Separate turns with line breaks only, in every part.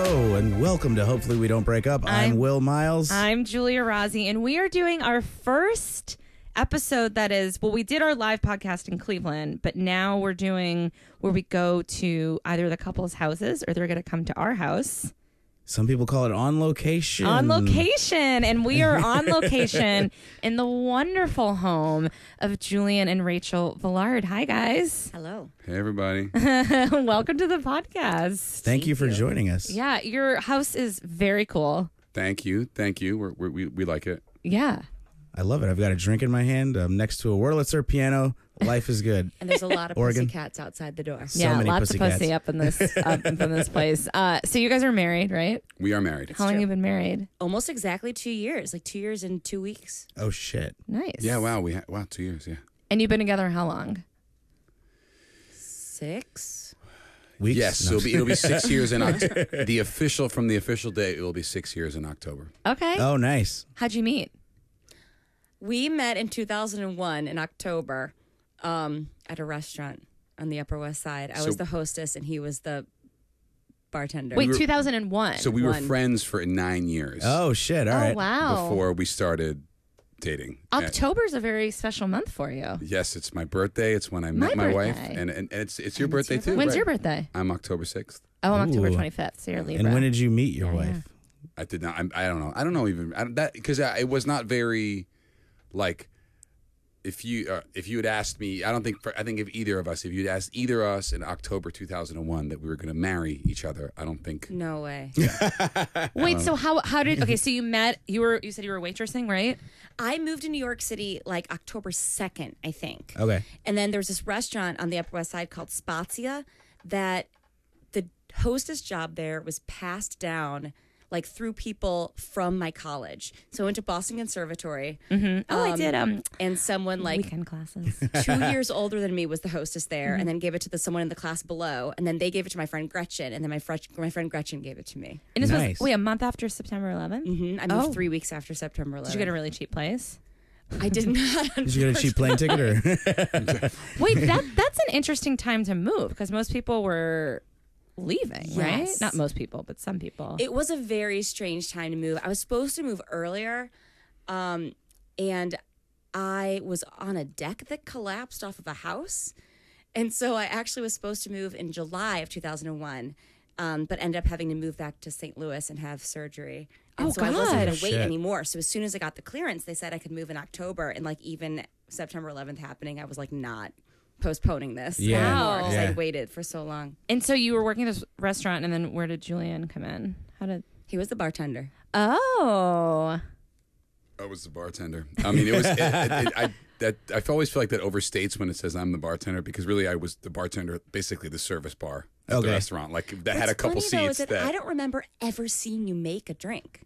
Welcome to Hopefully We Don't Break Up. I'm,
I'm-
Will Miles.
I'm Julia Rossi, and we are doing our first episode that is, well, we did our live podcast in Cleveland, but now we're doing where we go to either the couple's houses or they're going to come to our house
Some people call it on location.
on location. And we are on location in the wonderful home of Julian and Rachel Villard. Hi, guys.
Hello.
Hey everybody.
Welcome to the podcast.
Thank you for joining us.
Yeah, your house is very cool.
thank you, thank you. We're, we're, we we like it.
Yeah.
I love it. I've got a drink in my hand. I'm next to a Wurlitzer piano. Life is good.
And there's a lot of
Oregon.
pussycats outside the door.
So
yeah,
many
lots of
pussycats.
pussy up in this up in this place. Uh, so you guys are married, right?
We are married.
How long you been married?
Almost exactly two years, like two years and two weeks.
Oh, shit.
Nice.
Yeah. Wow. We ha- wow. Two years. Yeah.
And you've been together how long?
Six.
Weeks?
Yes. So
No.
it'll be, it'll be six years in October. the official from the official date. It will be six years in October.
Okay.
oh, nice.
How'd you meet?
We met in 2001 in October um, at a restaurant on the Upper West Side. I
So-
was the hostess and he was the bartender.
Wait,
were-
2001.
So we were
One.
friends for nine years.
Oh, shit. All
oh
right.
wow.
Before we started dating. And-
October's a very special month for you.
yes, it's my birthday. It's when I
My
met my wife,
birthday.
and, and, and it's it's your birthday too.
When's
right?
your birthday?
I'm October sixth.
Oh, I'm October
Ooh.
25th. So you're Libra.
And when did you meet your wife?
I did not. I'm, I don't know. I don't know even I, that because it was not very, like, if you uh, if you had asked me, I don't think for, I think if either of us, if you'd asked either of us in October 2001 that we were going to marry each other, I don't think.
No way.
Wait,
um,
so how how did Okay, so you met you were you said you were waitressing, right?
I moved to New York City like October 2nd, I think.
Okay.
And then there's this restaurant on the Upper West Side called Spazia that the hostess job there was passed down like through people from my college. So I went to Boston Conservatory
Oh, I did um
and someone like
weekend classes.
two years older than me was the hostess there and then gave it to the someone in the class below and then they gave it to my friend Gretchen and then my, fr- my friend Gretchen gave it to me.
And this
Nice.
was wait, a month after September 11th.
hmm I moved
Oh.
three weeks after September 11th.
Did you get a really cheap place?
I did not.
Did you get a cheap plane ticket or?
Wait, that that's an interesting time to move because most people were leaving, right?
Yes.
Not most people, but some people.
It was a very strange time to move. I was supposed to move earlier, um, and I was on a deck that collapsed off of a house. And so I actually was supposed to move in July of 2001, um, but ended up having to move back to St. Louis and have surgery. And
Oh,
so I wasn't
God.
going to wait
Shit.
anymore. So as soon as I got the clearance, they said I could move in October. And like even September 11th happening, I was like, not postponing this
Yeah.
Wow.
because
Yeah.
I waited for so long.
and so you were working at this restaurant, and then where did Julian come in? How did?
He was the bartender.
Oh,
I was the bartender. I mean, it was. It, it, it, I that I always feel like that overstates when it says I'm the bartender because really I was the bartender, basically the service bar at
Okay.
the restaurant. Like that had a
What's
couple
funny, though, is
seats.
that I
that
don't remember ever seeing you make a drink.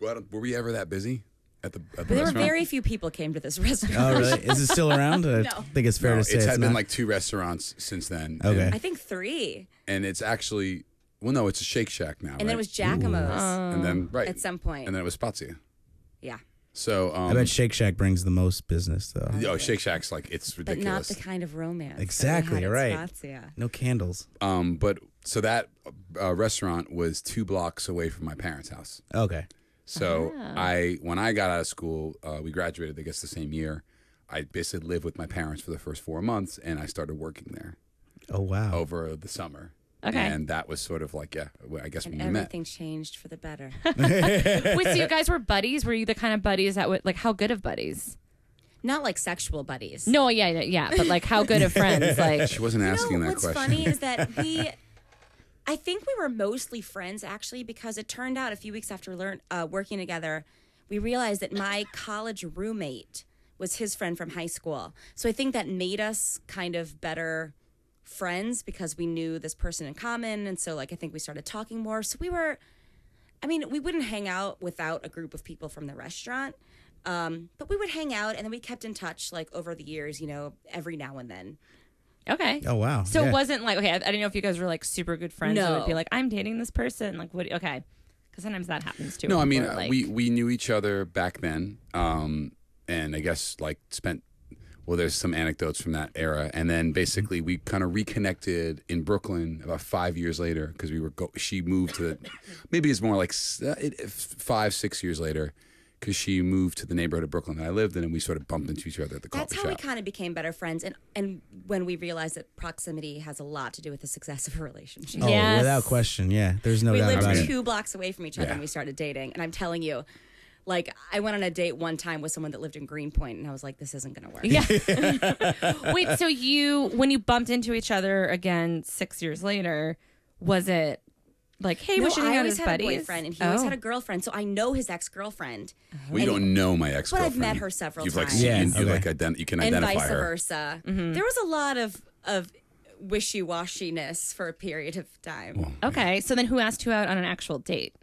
Well, I don't- were we ever that busy at the at the
There were
restaurant?
very few people came to this restaurant.
oh, really? Is it still around? I think it's fair
No,
to
it's
say
had
it's,
been
not.
like two restaurants since then.
Okay.
And
I think three,
and it's actually well, no, it's a Shake Shack now.
and then it was mm, Giacomo's
and then right
at some point.
and then it was Spazia.
yeah,
So um,
I bet Shake Shack brings the most business, though.
oh, Shake Shack's like it's
but not
ridiculous.
the kind of romance.
Exactly,
that we had at
right.
Spazia.
No candles.
um, but so that uh, restaurant was two blocks away from my parents' house.
Okay.
So
Ah.
I when I got out of school, uh, we graduated. I guess the same year. I basically lived with my parents for the first four months, and I started working there
Oh, wow.
over the summer.
Okay.
And that was sort of like yeah, well, I guess
And
when we met.
everything changed for the better.
wait. So you guys were buddies? Were you the kind of buddies that would like how good of buddies?
not like sexual buddies.
No, yeah, yeah, yeah, but like how good of friends? Like,
She wasn't
You know,
asking that
what's
question.
funny is that we i think we were mostly friends actually because it turned out a few weeks after learn, uh, working together we realized that my college roommate was his friend from high school so i think that made us kind of better friends because we knew this person in common and so like i think we started talking more so we were i mean we wouldn't hang out without a group of people from the restaurant um, but we would hang out and then we kept in touch like over the years you know every now and then
okay.
Oh, wow.
So
Yeah.
it wasn't like okay. I, I didn't know if you guys were like super good friends. It would
No.
be like I'm dating this person. Like what? Okay, because sometimes that happens too.
No, I mean
Or,
uh
like-
we we knew each other back then, um, and I guess like spent well, there's some anecdotes from that era, and then
Mm-hmm.
basically we kind of reconnected in Brooklyn about five years later because we were go- she moved to the, maybe it's more like s- uh, it- f- five six years later because she moved to the neighborhood of Brooklyn that I lived in, and we sort of bumped into each other at the
That's
coffee
how we
shop.
kind of became better friends, and and when we realized that proximity has a lot to do with the success of a relationship.
Oh,
Yes.
without question. Yeah, there's no
we
doubt about
lived
it.
two blocks away from each other
Yeah.
when we started dating, and I'm telling you, like I went on a date one time with someone that lived in Greenpoint, and I was like, this isn't gonna work.
Yeah. Wait, so you when you bumped into each other again six years later, was it like, hey,
No,
we should hang
I
out
always
as
had
buddies?
a boyfriend, and he always
Oh.
had a girlfriend, so I know his ex girlfriend,
we don't know my ex.
I've met her several
You've like
times.
seen-
Yeah,
you, you
okay.
like ident- you can
and
identify
vice
her.
versa.
Mm-hmm.
There was a lot of of wishy washiness for a period of time. Well,
Oh, Okay, so then who asked you out on an actual date?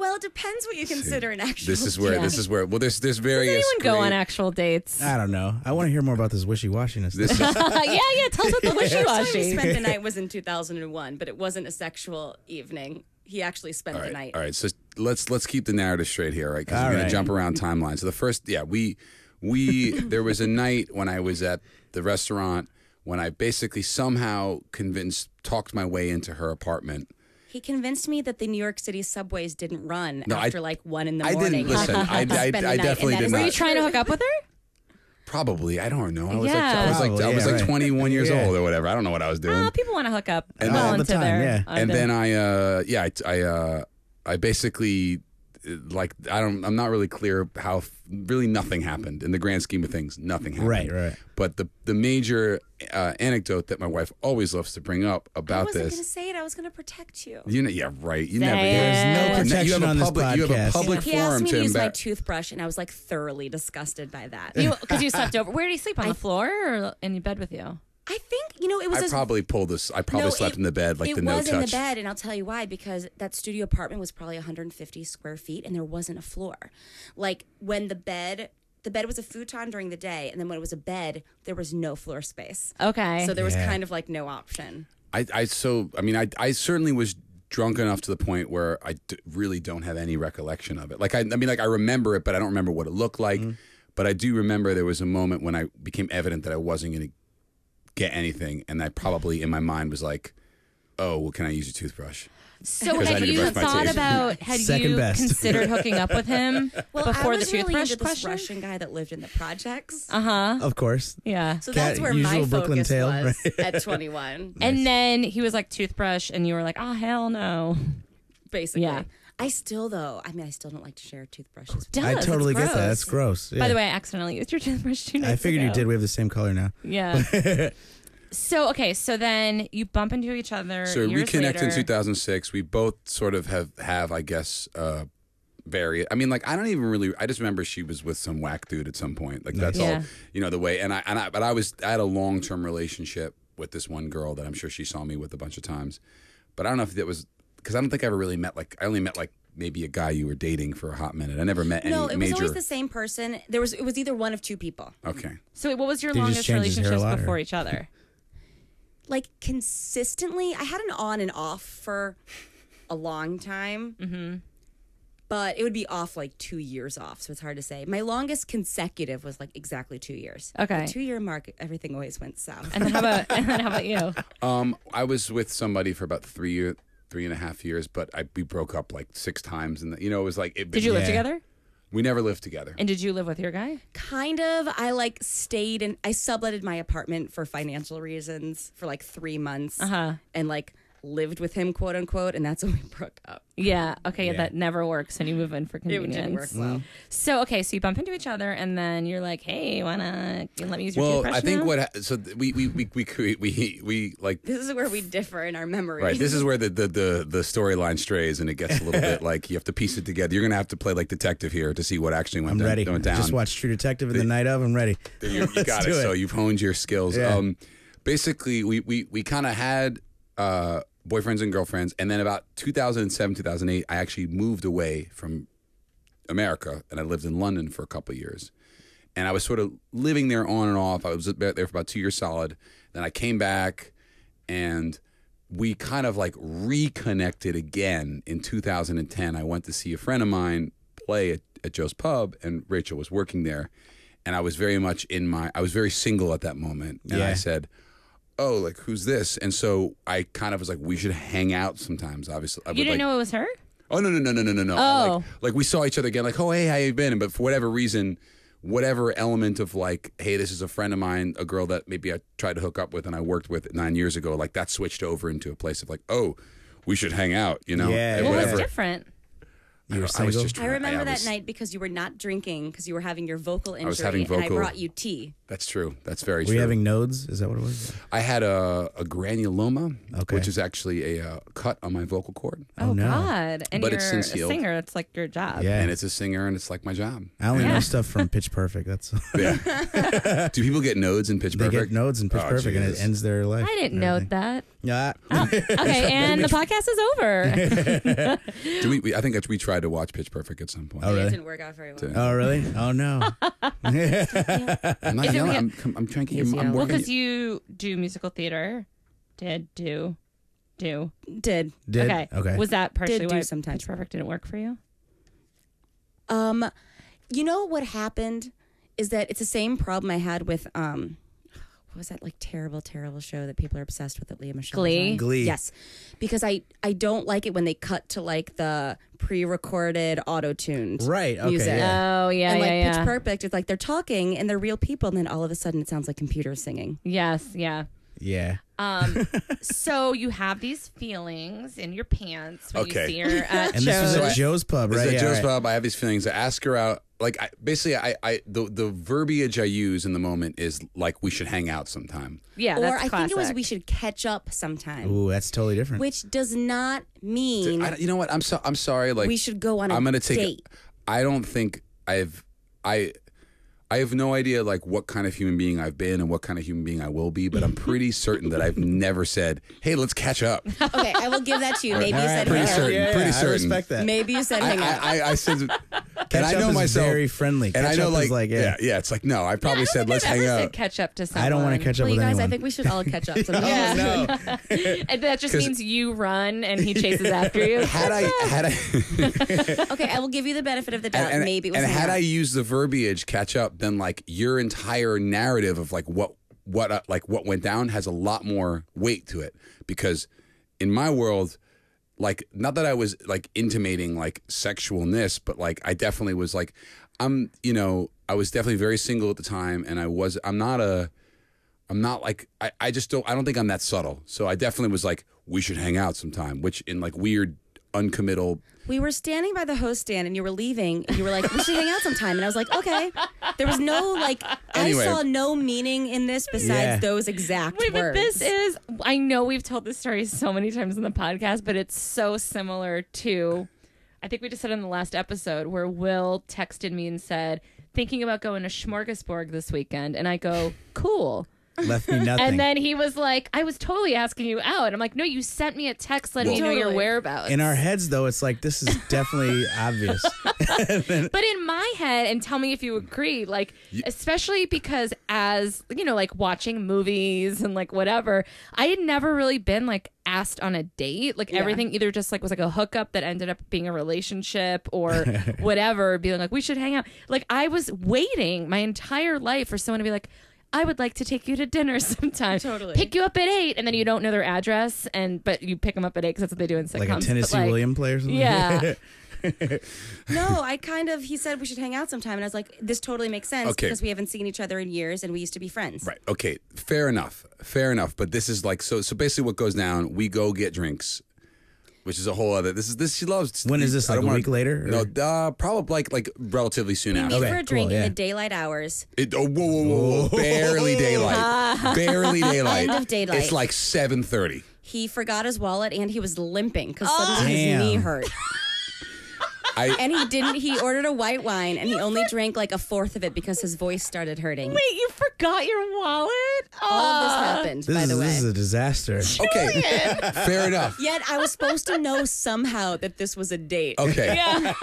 it depends what you consider an actual.
This is where
date.
this is where well there's there's various
Anyone go
great-
on actual dates?
I don't know. I want to hear more about this wishy-washiness.
This is
yeah, yeah. Tell us about the wishy
first time we
washy.
spent the night was in 2001, but it wasn't a sexual evening. He actually spent
All
the
right,
night.
All right. So let's let's keep the narrative straight here, right? Because
All
we're gonna
right.
jump around timelines. So the first, yeah, we we there was a night when I was at the restaurant when I basically somehow convinced talked my way into her apartment.
He convinced me that the New York City subways didn't run
I-
after like one in the
I didn't-
morning.
listen, I-
Spend the
I- I
night, and
definitely
that
did
is
not.
Were you trying to hook up with her?
Probably, I don't know. I was
Yeah.
like, I was like, I
Probably,
was
yeah,
like
right.
21 years
Yeah. Ah,
old or whatever. I don't know what I was doing.
Oh, people want to hook up
And
well
then-
All the
into
time,
their.
yeah.
on
and
their-
then I, uh, yeah, I, t- I, uh, I basically uh, like I don't I'm not really clear how f- really nothing happened in the grand scheme of things nothing happened
Right, right.
but the the major uh, anecdote that my wife always loves to bring up
I
about
wasn't going to
this
say it. I was going to protect you.
you know yeah right you never
There's no
you
protection
have a
on this
public, you have
podcast.
a public
He
forum
asked me
to
to use my
embar-
toothbrush, and I was like thoroughly disgusted by that.
you because you slept over. Where did he sleep on the floor or in bed with you?
I think you know it was
I
this
probably pulled this I probably
No,
slept
it-
in the bed like
it
the no
was
touch
in the bed, and I'll tell you why. Because that studio apartment was probably 150 square feet, and there wasn't a floor. Like when the bed, the bed was a futon during the day, and then when it was a bed, there was no floor space.
Okay.
So there was
Yeah.
kind of like no option.
I, I so I mean I I certainly was drunk enough to the point where I d- really don't have any recollection of it. Like I I mean like I remember it, but I don't remember what it looked like. But I do remember there was a moment when I became evident that I wasn't going to get anything, and I probably in my mind was like, "Oh, well, can I use your toothbrush?"
So
'Cause I
had
need to
you
brush my
thought
teeth.
about had
Second
you
best.
considered hooking up with him
Well,
before
I
the
was really
toothbrush
into this
question?
Russian guy that lived in the projects.
Uh huh.
Of course.
Yeah.
so
Cat-
that's where
usual
my
Brooklyn
focus
tale,
was at 21.
And then he was like toothbrush, and you were like, oh hell no.
Basically,
Yeah.
I still though. I mean, I still don't like to share toothbrushes.
Does,
I
it's
totally get that.
gross.
That's gross.
By
Yeah.
the way, I accidentally used your toothbrush two nights
I figured you
ago.
did. We have the same color now.
Yeah. so okay, so then you bump into each other.
So we
years
reconnected in
later.
2006. We both sort of have have I guess uh, various. I mean, like I don't even really. I just remember she was with some whack dude at some point. Like that's
Nice. Yeah.
all you know the way. And I and I but I was I had a long term relationship with this one girl that I'm sure she saw me with a bunch of times. But I don't know if that was because I don't think I ever really met like I only met like maybe a guy you were dating for a hot minute. I never met any
No, it was
major.
always the same person. There was it was either one of two people.
okay.
So wait, what was your
Did he
longest
just change his hair a
relationships
lot, or-
before each other?
like consistently i had an on and off for a long time mm-hmm. but it would be off like two years off so it's hard to say my longest consecutive was like exactly two years
Okay.
the two year mark everything always went south
And then how about and then how about you?
Um, I was with somebody for about three year, three and a half years, but I we broke up like six times, and you know it was like it,
Did you live
Yeah.
together?
We never lived together.
And did you live with your guy?
kind of i like stayed and i subletted my apartment for financial reasons for like three months
Uh-huh.
and like lived with him quote unquote and that's when we broke up
Yeah. Okay.
Yeah.
That never works when you move in for
it
convenience. Mm.
didn't work well
So okay, so you bump into each other, and then you're like, "Hey, wanna you let me use your
Well,
toothbrush?"
I think
now?
what ha- so th- we we we we cre- we, we like
this is where we differ in our memories
right. This is where the the the, the storyline strays and it gets a little bit like you have to piece it together. You're gonna have to play like detective here to see what actually went,
I'm
down,
ready.
went down.
Just watched True Detective in the night of. I'm ready.
You, you got
do
it.
it.
So you've honed your skills.
Yeah.
Um, basically, we we we kind of had uh, boyfriends and girlfriends, and then about 2007, 2008, I actually moved away from America, and I lived in London for a couple of years. And I was sort of living there on and off. I was about there for about two years solid. Then I came back, and we kind of like reconnected again in 2010. I went to see a friend of mine play at, at Joe's Pub, and Rachel was working there. and I was very much in my I was very single at that moment, and I
Yeah.
said, "Oh, like who's this?" And so I kind of was like, "We should hang out sometimes." Obviously, I
You
would,
didn't
like,
know it was her?
Oh no no no no no no no!
Oh.
Like, like we saw each other again. Like oh hey how you been? But for whatever reason, whatever element of like hey this is a friend of mine, a girl that maybe I tried to hook up with and I worked with nine years ago. Like that switched over into a place of like oh we should hang out. You know
Yeah,
And
yeah.
What was
whatever.
different?
You were
I was
single?
just
I
trying-
remember that
was-
night because you were not drinking because you were having your vocal injury
was having
and
vocal-
I brought you tea.
That's true. That's very
Were
true.
you having nodes? Is that what it was?
I had a, a granuloma,
Okay.
which is actually a uh, cut on my vocal cord.
Oh,
no.
God. And
But
you're
it's since
a
healed.
singer. It's like your job.
Yeah.
And it's a singer, and it's like my job.
I only
Yeah.
know stuff from Pitch Perfect. That's
Do people get nodes in Pitch
they
Perfect?
get nodes in Pitch
Oh,
Perfect, and it
Jesus.
ends their life.
I didn't know that.
Yeah.
Okay, and the podcast is over.
Do we, we, I think that's we tried to watch Pitch Perfect at some point.
Oh,
It
really?
didn't work out very well.
Oh really? Oh no.
I'm not
Is it
yelling.
we-
I'm, com- I'm trying to get you. I'm
well,
working.
because you do musical theater, did do, do.
Did.
Did
okay.
okay.
Was that partially
Did do
why
sometimes.
Pitch Perfect didn't work for you?
Um, you know what happened is that it's the same problem I had with um, what was that like terrible, terrible show that people are obsessed with that Leah Michelle? was
Glee?
on?
Glee.
Yes, because I I don't like it when they cut to like the pre-recorded, auto-tuned.
right. Okay.
Music.
Yeah.
Oh yeah,
and like
yeah,
Pitch
yeah.
Perfect, it's like they're talking and they're real people, and then all of a sudden it sounds like computers singing.
yes, yeah.
yeah.
Um, so you have these feelings in your pants when
Okay.
you see her at
And this
shows.
was at Joe's Pub,
This
right?
is
Yeah,
at Joe's
right.
Pub. I have these feelings. I ask her out. Like I, basically, I, I the the verbiage I use in the moment is like we should hang out sometime.
yeah,
or
that's
I think it was
classic.
we should catch up sometime,
Ooh, that's totally different.
which does not mean
I, you know what? I'm so I'm sorry. Like
we should go on. a
I'm gonna take.
date.
I don't think I've I I have no idea like what kind of human being I've been and what kind of human being I will be, but I'm pretty certain that I've never said, "Hey, let's catch up."
okay, I will give that to you. Maybe you
All
said
pretty
hang out.
certain, pretty
I
certain.
respect that.
Maybe you said
I,
hang out.
I, I, I said,
Catch
and I
up
know
is
myself.
very friendly.
and I
Catch
know,
up
like,
is like,
yeah.
yeah.
yeah, It's like, no, I probably
I don't
said,
think
let's
I've
hang
ever
out.
said catch up to someone.
I don't want to catch up
Well, you
with
guys, I
anyone.
think we should all catch up. sometime.
Yeah.
no.
And that just means you run and he chases after you.
had I had I
Okay, I will give you the benefit of the doubt.
and, and-
Maybe it was
and
hang
had
out.
I used the verbiage catch up, then like your entire narrative of like what what uh, like what went down has a lot more weight to it because in my world, like not that I was like intimating like sexualness, but like I definitely was like I'm you know I was definitely very single at the time, and I was I'm not a I'm not like I, I just don't I don't think I'm that subtle. So I definitely was like we should hang out sometime, which in like weird uncommittal
we were standing by the host stand, and you were leaving, and you were like, "We should hang out sometime." And I was like, "Okay." There was no like.
Anyway.
I saw no meaning in this besides
Yeah.
those exact
Wait, but
words.
this is, I know we've told this story so many times in the podcast, but it's so similar to, I think we just said in the last episode where Will texted me and said, thinking about going to Smorgasborg this weekend. And I go, cool.
Left me nothing.
And then he was like, I was totally asking you out. I'm like, no, you sent me a text letting
Well-
me know your
Totally.
whereabouts.
in our heads, though, it's like this is definitely obvious.
But in my head, and tell me if you agree, like, especially because as, you know, like watching movies and like whatever, I had never really been like asked on a date. Like everything either just like was like a hookup that ended up being a relationship or whatever, being like, we should hang out. Like I was waiting my entire life for someone to be like, I would like to take you to dinner sometime.
Totally.
Pick you up at eight, and then you don't know their address, and but you pick them up at eight because that's what they do in sitcoms.
Like a
but,
Tennessee
like,
William player or something.
Yeah.
no, I kind of. He said we should hang out sometime, and I was like, "This totally makes sense
Okay.
because we haven't seen each other in years, and we used to be friends."
Right. Okay. Fair enough. Fair enough. But this is like so. So basically, what goes down? We go get drinks, which is a whole other. This is this. She loves.
When is this,
I
like,
don't
a
wanna-
week later, or-
No, uh, probably like like relatively soon
We
after.
meet
Okay,
for a drink
cool,
in
yeah.
the daylight hours.
It, oh, whoa, whoa, whoa, whoa. barely daylight. barely daylight.
End of daylight.
It's like seven thirty.
He forgot his wallet, and he was limping because suddenly
Damn.
his knee hurt.
I
And he didn't. He ordered a white wine, and he only drank like a fourth of it because his voice started hurting.
Wait, you forgot your wallet?
All of this
Ah.
happened,
This
by
is
the way.
this is a disaster.
okay. fair enough.
Yet I was supposed to know somehow that this was a date.
Okay.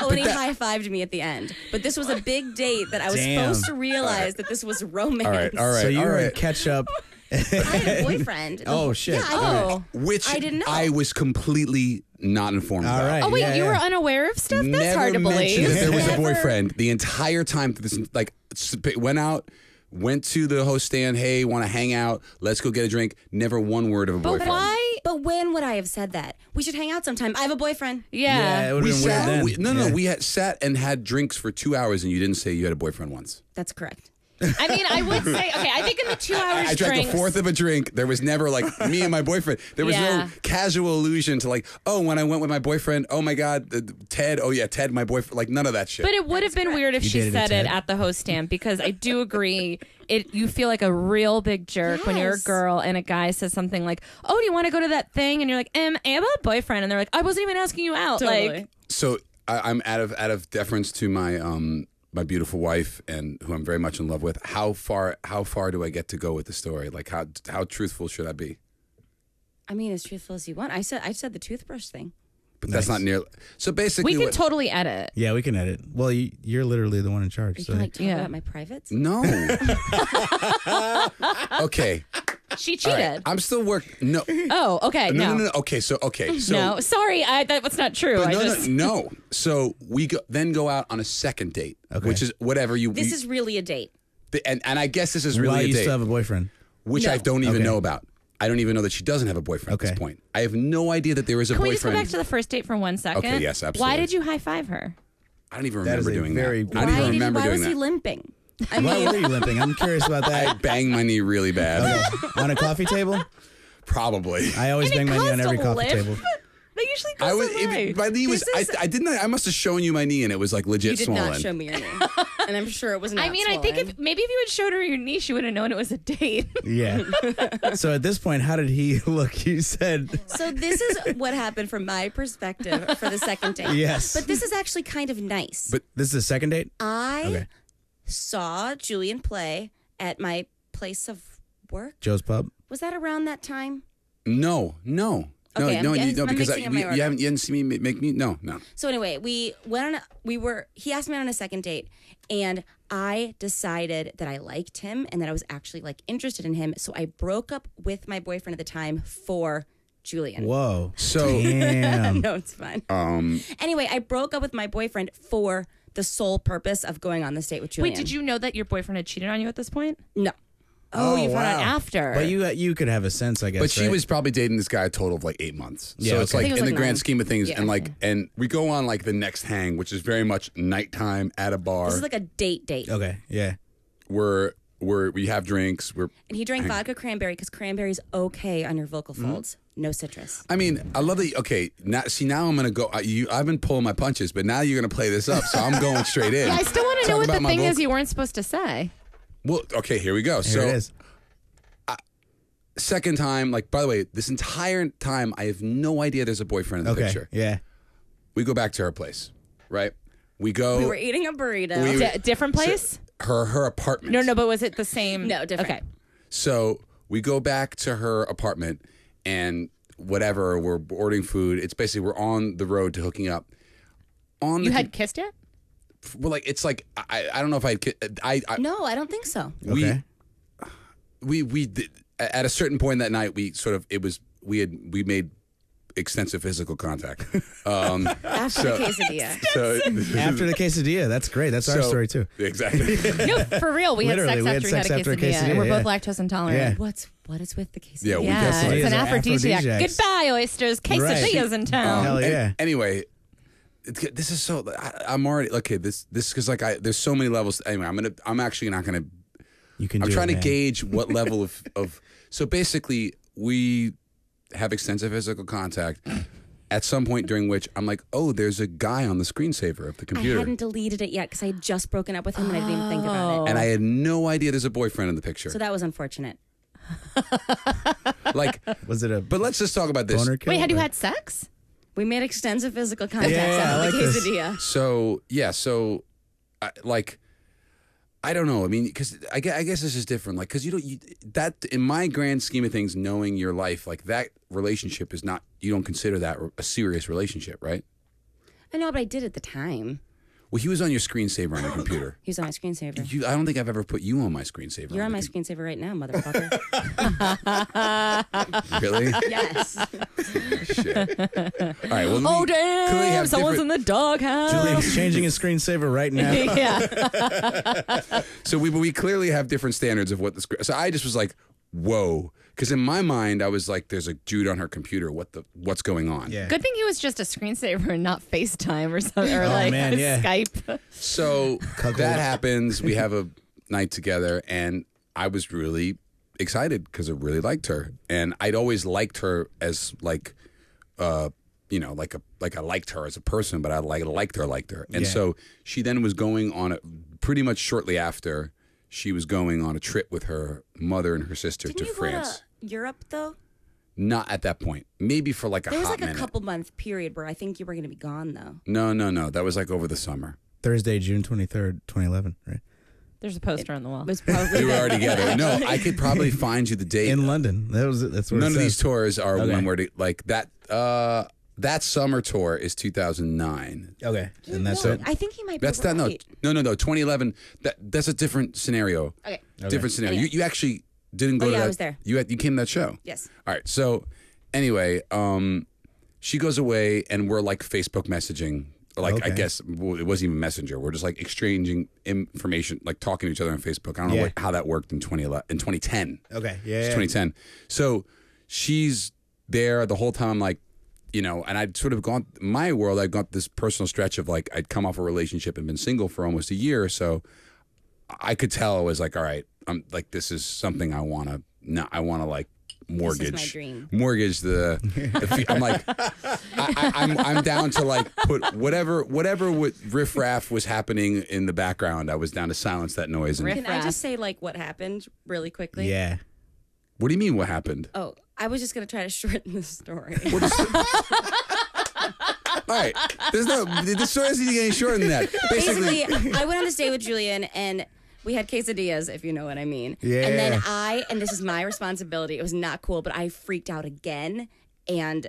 Oh, and he high fived me at the end. But this was a big date that I was
Damn.
supposed to realize that this was romance.
All right. All right.
so you
all
were in
right.
catch up
I had a boyfriend. The
Oh,
whole-
shit.
Yeah, I
Oh.
didn't-
which
I didn't know.
I was completely not informed.
All
about.
right.
Oh wait,
yeah,
you
yeah.
were unaware of stuff. That's
Never
hard to
mentioned
believe.
That there was a
Never.
boyfriend the entire time through this. Like, sp- went out, went to the host stand. Hey, want to hang out? Let's go get a drink. Never one word of a
But
boyfriend.
why?
But when would I have said that? We should hang out sometime. I have a boyfriend.
Yeah, it
Yeah.
would
We
have been weird
sat.
then.
we- no, no,
Yeah.
we had sat and had drinks for two hours, and you didn't say you had a boyfriend once.
That's correct.
I mean, I would say okay. I think in the two hours
I drank
drinks,
a fourth of a drink. There was never like me and my boyfriend. There was
Yeah.
no casual allusion to like, oh, when I went with my boyfriend, oh my God, uh, Ted, oh yeah, Ted, my boyfriend. Like none of that shit.
But it would have been weird if
You
she
dated a
said it
Ted?
at the host stand because I do agree. It you feel like a real big jerk when you're a
Yes.
girl and a guy says something like, "Oh, do you want to go to that thing?" and you're like, "Um, I have a boyfriend," and they're like, "I wasn't even asking you out." Like,
Totally.
so I, I'm out of out of deference to my um my beautiful wife and who I'm very much in love with. How far how far do I get to go with the story? Like how how truthful should I be?
I mean, as truthful as you want. I said I said the toothbrush thing.
But that's not near. So basically,
we can
what-
totally edit.
Yeah, we can edit. Well, you, you're literally the one in charge.
You
so-
can like talk
Yeah.
about my privates.
no. okay,
She
all
cheated.
right. I'm still work. No, no,
Oh, okay. No,
no, no, no. Okay, so okay, so
No, sorry, I, that was not true.
But
I
no,
just
no, no. So we go, then go out on a second date,
Okay.
which is whatever you.
This
you-
is really a date.
the- and, and I guess this is really
Why
a
you
date,
still have a boyfriend?
which I
No.
don't even
Okay.
know about. I don't even know that she doesn't have a boyfriend at
Okay.
this point. I have no idea that there is a
Can we just go
boyfriend.
back to the first date for one second?
Okay, yes,
Why
absolutely.
did you high five her?
I don't even
That is
remember
a
doing
very-
that. I don't
why
even
did-
remember
why
doing
was he
that.
limping?
Why
I mean,
were you limping? I'm curious about
I
that.
banged my knee really bad.
on a coffee table?
Probably.
I always
And it
bang my knee
caused
on
a
every coffee
lift.
table.
They usually go
I was
away.
it, my knee was I, I didn't I must have shown you my knee and it was like legit
you did
swollen.
not show me your name. and I'm sure it was not
I mean, I think
swollen.
if maybe if you had showed her your knee, she would have known it was a date.
Yeah. so at this point, how did he look? You said
So this is what happened from my perspective for the second date.
Yes.
But this is actually kind of nice.
But-
this is the second date?
I
Okay.
saw Julian play at my place of work.
Joe's Pub?
Was that around that time?
No, no. No,
Okay, I'm
no, you,
guess-
no,
I'm
because I,
mixing up
we-
my
you
order.
haven't you haven't seen me ma- make me no, no.
So anyway, we went on. A, we were. He asked me on a second date, and I decided that I liked him and that I was actually like interested in him. So I broke up with my boyfriend at the time for Julian.
Whoa.
So
Damn.
no, it's fun.
Um.
anyway, I broke up with my boyfriend for the sole purpose of going on this date with Julian.
Wait, did you know that your boyfriend had cheated on you at this point?
No.
Oh, you found out
wow.
after.
But you you could have a sense, I guess.
But she
right?
was probably dating this guy a total of like eight months.
Yeah,
so it's
okay. I
like
think
in
it was
the
like
grand
nine.
scheme of things,
Yeah.
and like, and we go on like the next hang, which is very much nighttime at a bar.
This is like a date date.
Okay. Yeah.
we're we're we have drinks. We're
And he drank vodka cranberry because cranberry's okay on your vocal
Mm-hmm.
folds. No citrus.
I mean, I love that. Okay, now see, now I'm gonna go. I, you, I've been pulling my punches, but now you're gonna play this up, so I'm going straight in.
I still want to know what
Talking
the
about my
thing
voc-
is you weren't supposed to say.
Well, okay, here we go.
Here
so
it is.
second time, like by the way, this entire time I have no idea there's a boyfriend in the
Okay.
picture.
Yeah.
We go back to her place, right? We go
Oh.
We were eating a burrito.
We-
D- different place?
her her apartment.
no, no, but was it the same?
No, different.
Okay.
So we go back to her apartment and whatever, we're ordering food. It's basically we're on the road to hooking up. On
You
the
had kissed it?
well, like it's like I, I don't know if I ki- I, I
no, I don't think so.
Okay.
we we we did, at a certain point that night we sort of it was we had we made extensive physical contact. Um,
After the quesadilla.
so
After the quesadilla, that's great. That's our
so-
story too.
Exactly.
No, for real. We had sex
Literally, we had
after
sex
we had
after
a
a
quesadilla, and
quesadilla,
we're both
yeah.
lactose intolerant.
What's what is with the quesadilla?
Yeah, we
Yeah,
guess like-
it's an
Quesadillas are
aphrodisiac.
aphrodisiacs.
Goodbye, oysters. Quesadillas in town.
Hell
An-
yeah.
Um, Anyway, it's- this is so. I, I'm already okay. This this because like I there's so many levels. Anyway, I'm gonna I'm actually not gonna
You can
I'm
do
trying
it,
to
man.
gauge what level of, of so basically we have extensive physical contact at some point during which I'm like, oh, there's a guy on the screensaver of the
I
computer.
hadn't deleted it yet because I had just broken up with him and I didn't even think about it.
and I had no idea there's a boyfriend in the picture.
so that was unfortunate.
like,
Was it a
but let's just talk about this.
boner kill?
Wait, had you
or-
had sex?
We made extensive physical contact
Yeah, yeah, I
after the
like this.
quesadilla.
So yeah, so I, like, I don't know. I mean, because I, gue- I guess this is different. Like, because you don't you, that in my grand scheme of things, knowing your life, like that relationship is not you don't consider that a serious relationship, right?
I know, but I did at the time.
Well, he was on your screensaver on your computer.
He was on my screensaver.
You, I don't think I've ever put you on my screensaver.
You're on
the
my screensaver right now, motherfucker.
com- Really?
yes.
Shit. All right. Well,
Oh
we clearly
damn!
have
Someone's
different-
in the doghouse.
Julian's changing his screensaver right now.
yeah.
So we we clearly have different standards of what the script. So I just was like, whoa, because in my mind I was like, there's a dude on her computer. What the what's going on?
Yeah.
Good thing he was just a screensaver and not FaceTime or something,
Oh,
or like
man, yeah.
Skype.
So that happens. We have a night together, and I was really excited because I really liked her, and I'd always liked her as like, uh, you know, like a like I liked her as a person, but I like liked her, liked her, and
Yeah.
so she then was going on a pretty much shortly after. She was going on a trip with her mother and her sister
Didn't
to
you
France.
go to Europe though?
Not at that point. Maybe for like a
There was
hot
like a
minute.
couple month period where I think you were going to be gone though.
No, no, no. That was like over the summer.
Thursday, June 23rd, 2011, right?
There's a poster on the wall.
It was probably
We were already together. No, I could probably find you the date.
In London. That was it. That's what it
None of
says.
these tours are
Okay.
one word like that. Uh, that summer tour is 2009.
Okay. And that's
No,
it.
I think he might be
That's that.
right.
No, no, no, no. 2011. That that's a different scenario.
Okay.
Different scenario. You, you actually didn't go
Oh,
to
yeah, I
that.
was there.
You had, you came to that show.
Yes.
All right. So anyway, um, she goes away, and we're like Facebook messaging. Like I
Okay.
guess well, it wasn't even Messenger. We're just like exchanging information, like talking to each other on Facebook. I don't know
Yeah.
what, how that worked in 2011, in 2010.
Okay. Yeah.
It's
yeah.
2010. So she's there the whole time. I'm like, you know, and I'd sort of gone my world. I'd gone this personal stretch of like I'd come off a relationship and been single for almost a year, so I could tell I was like, all right, I'm like this is something I want to. No, I want to like mortgage
dream.
mortgage the, the fe- i'm like I, I, I'm, I'm down to like put whatever whatever what riffraff was happening in the background i was down to silence that noise and
Riff-
Can I
Riffraff.
just say like what happened really quickly?
Yeah.
what do you mean what happened
Oh, I was just going to try to shorten the story.
What is All right. There's no the story isn't getting any shorter than that. Basically,
Basically, I went on this date with Julian and we had quesadillas, if you know what I mean. And
Yeah.
then I, and this is my responsibility, it was not cool, but I freaked out again and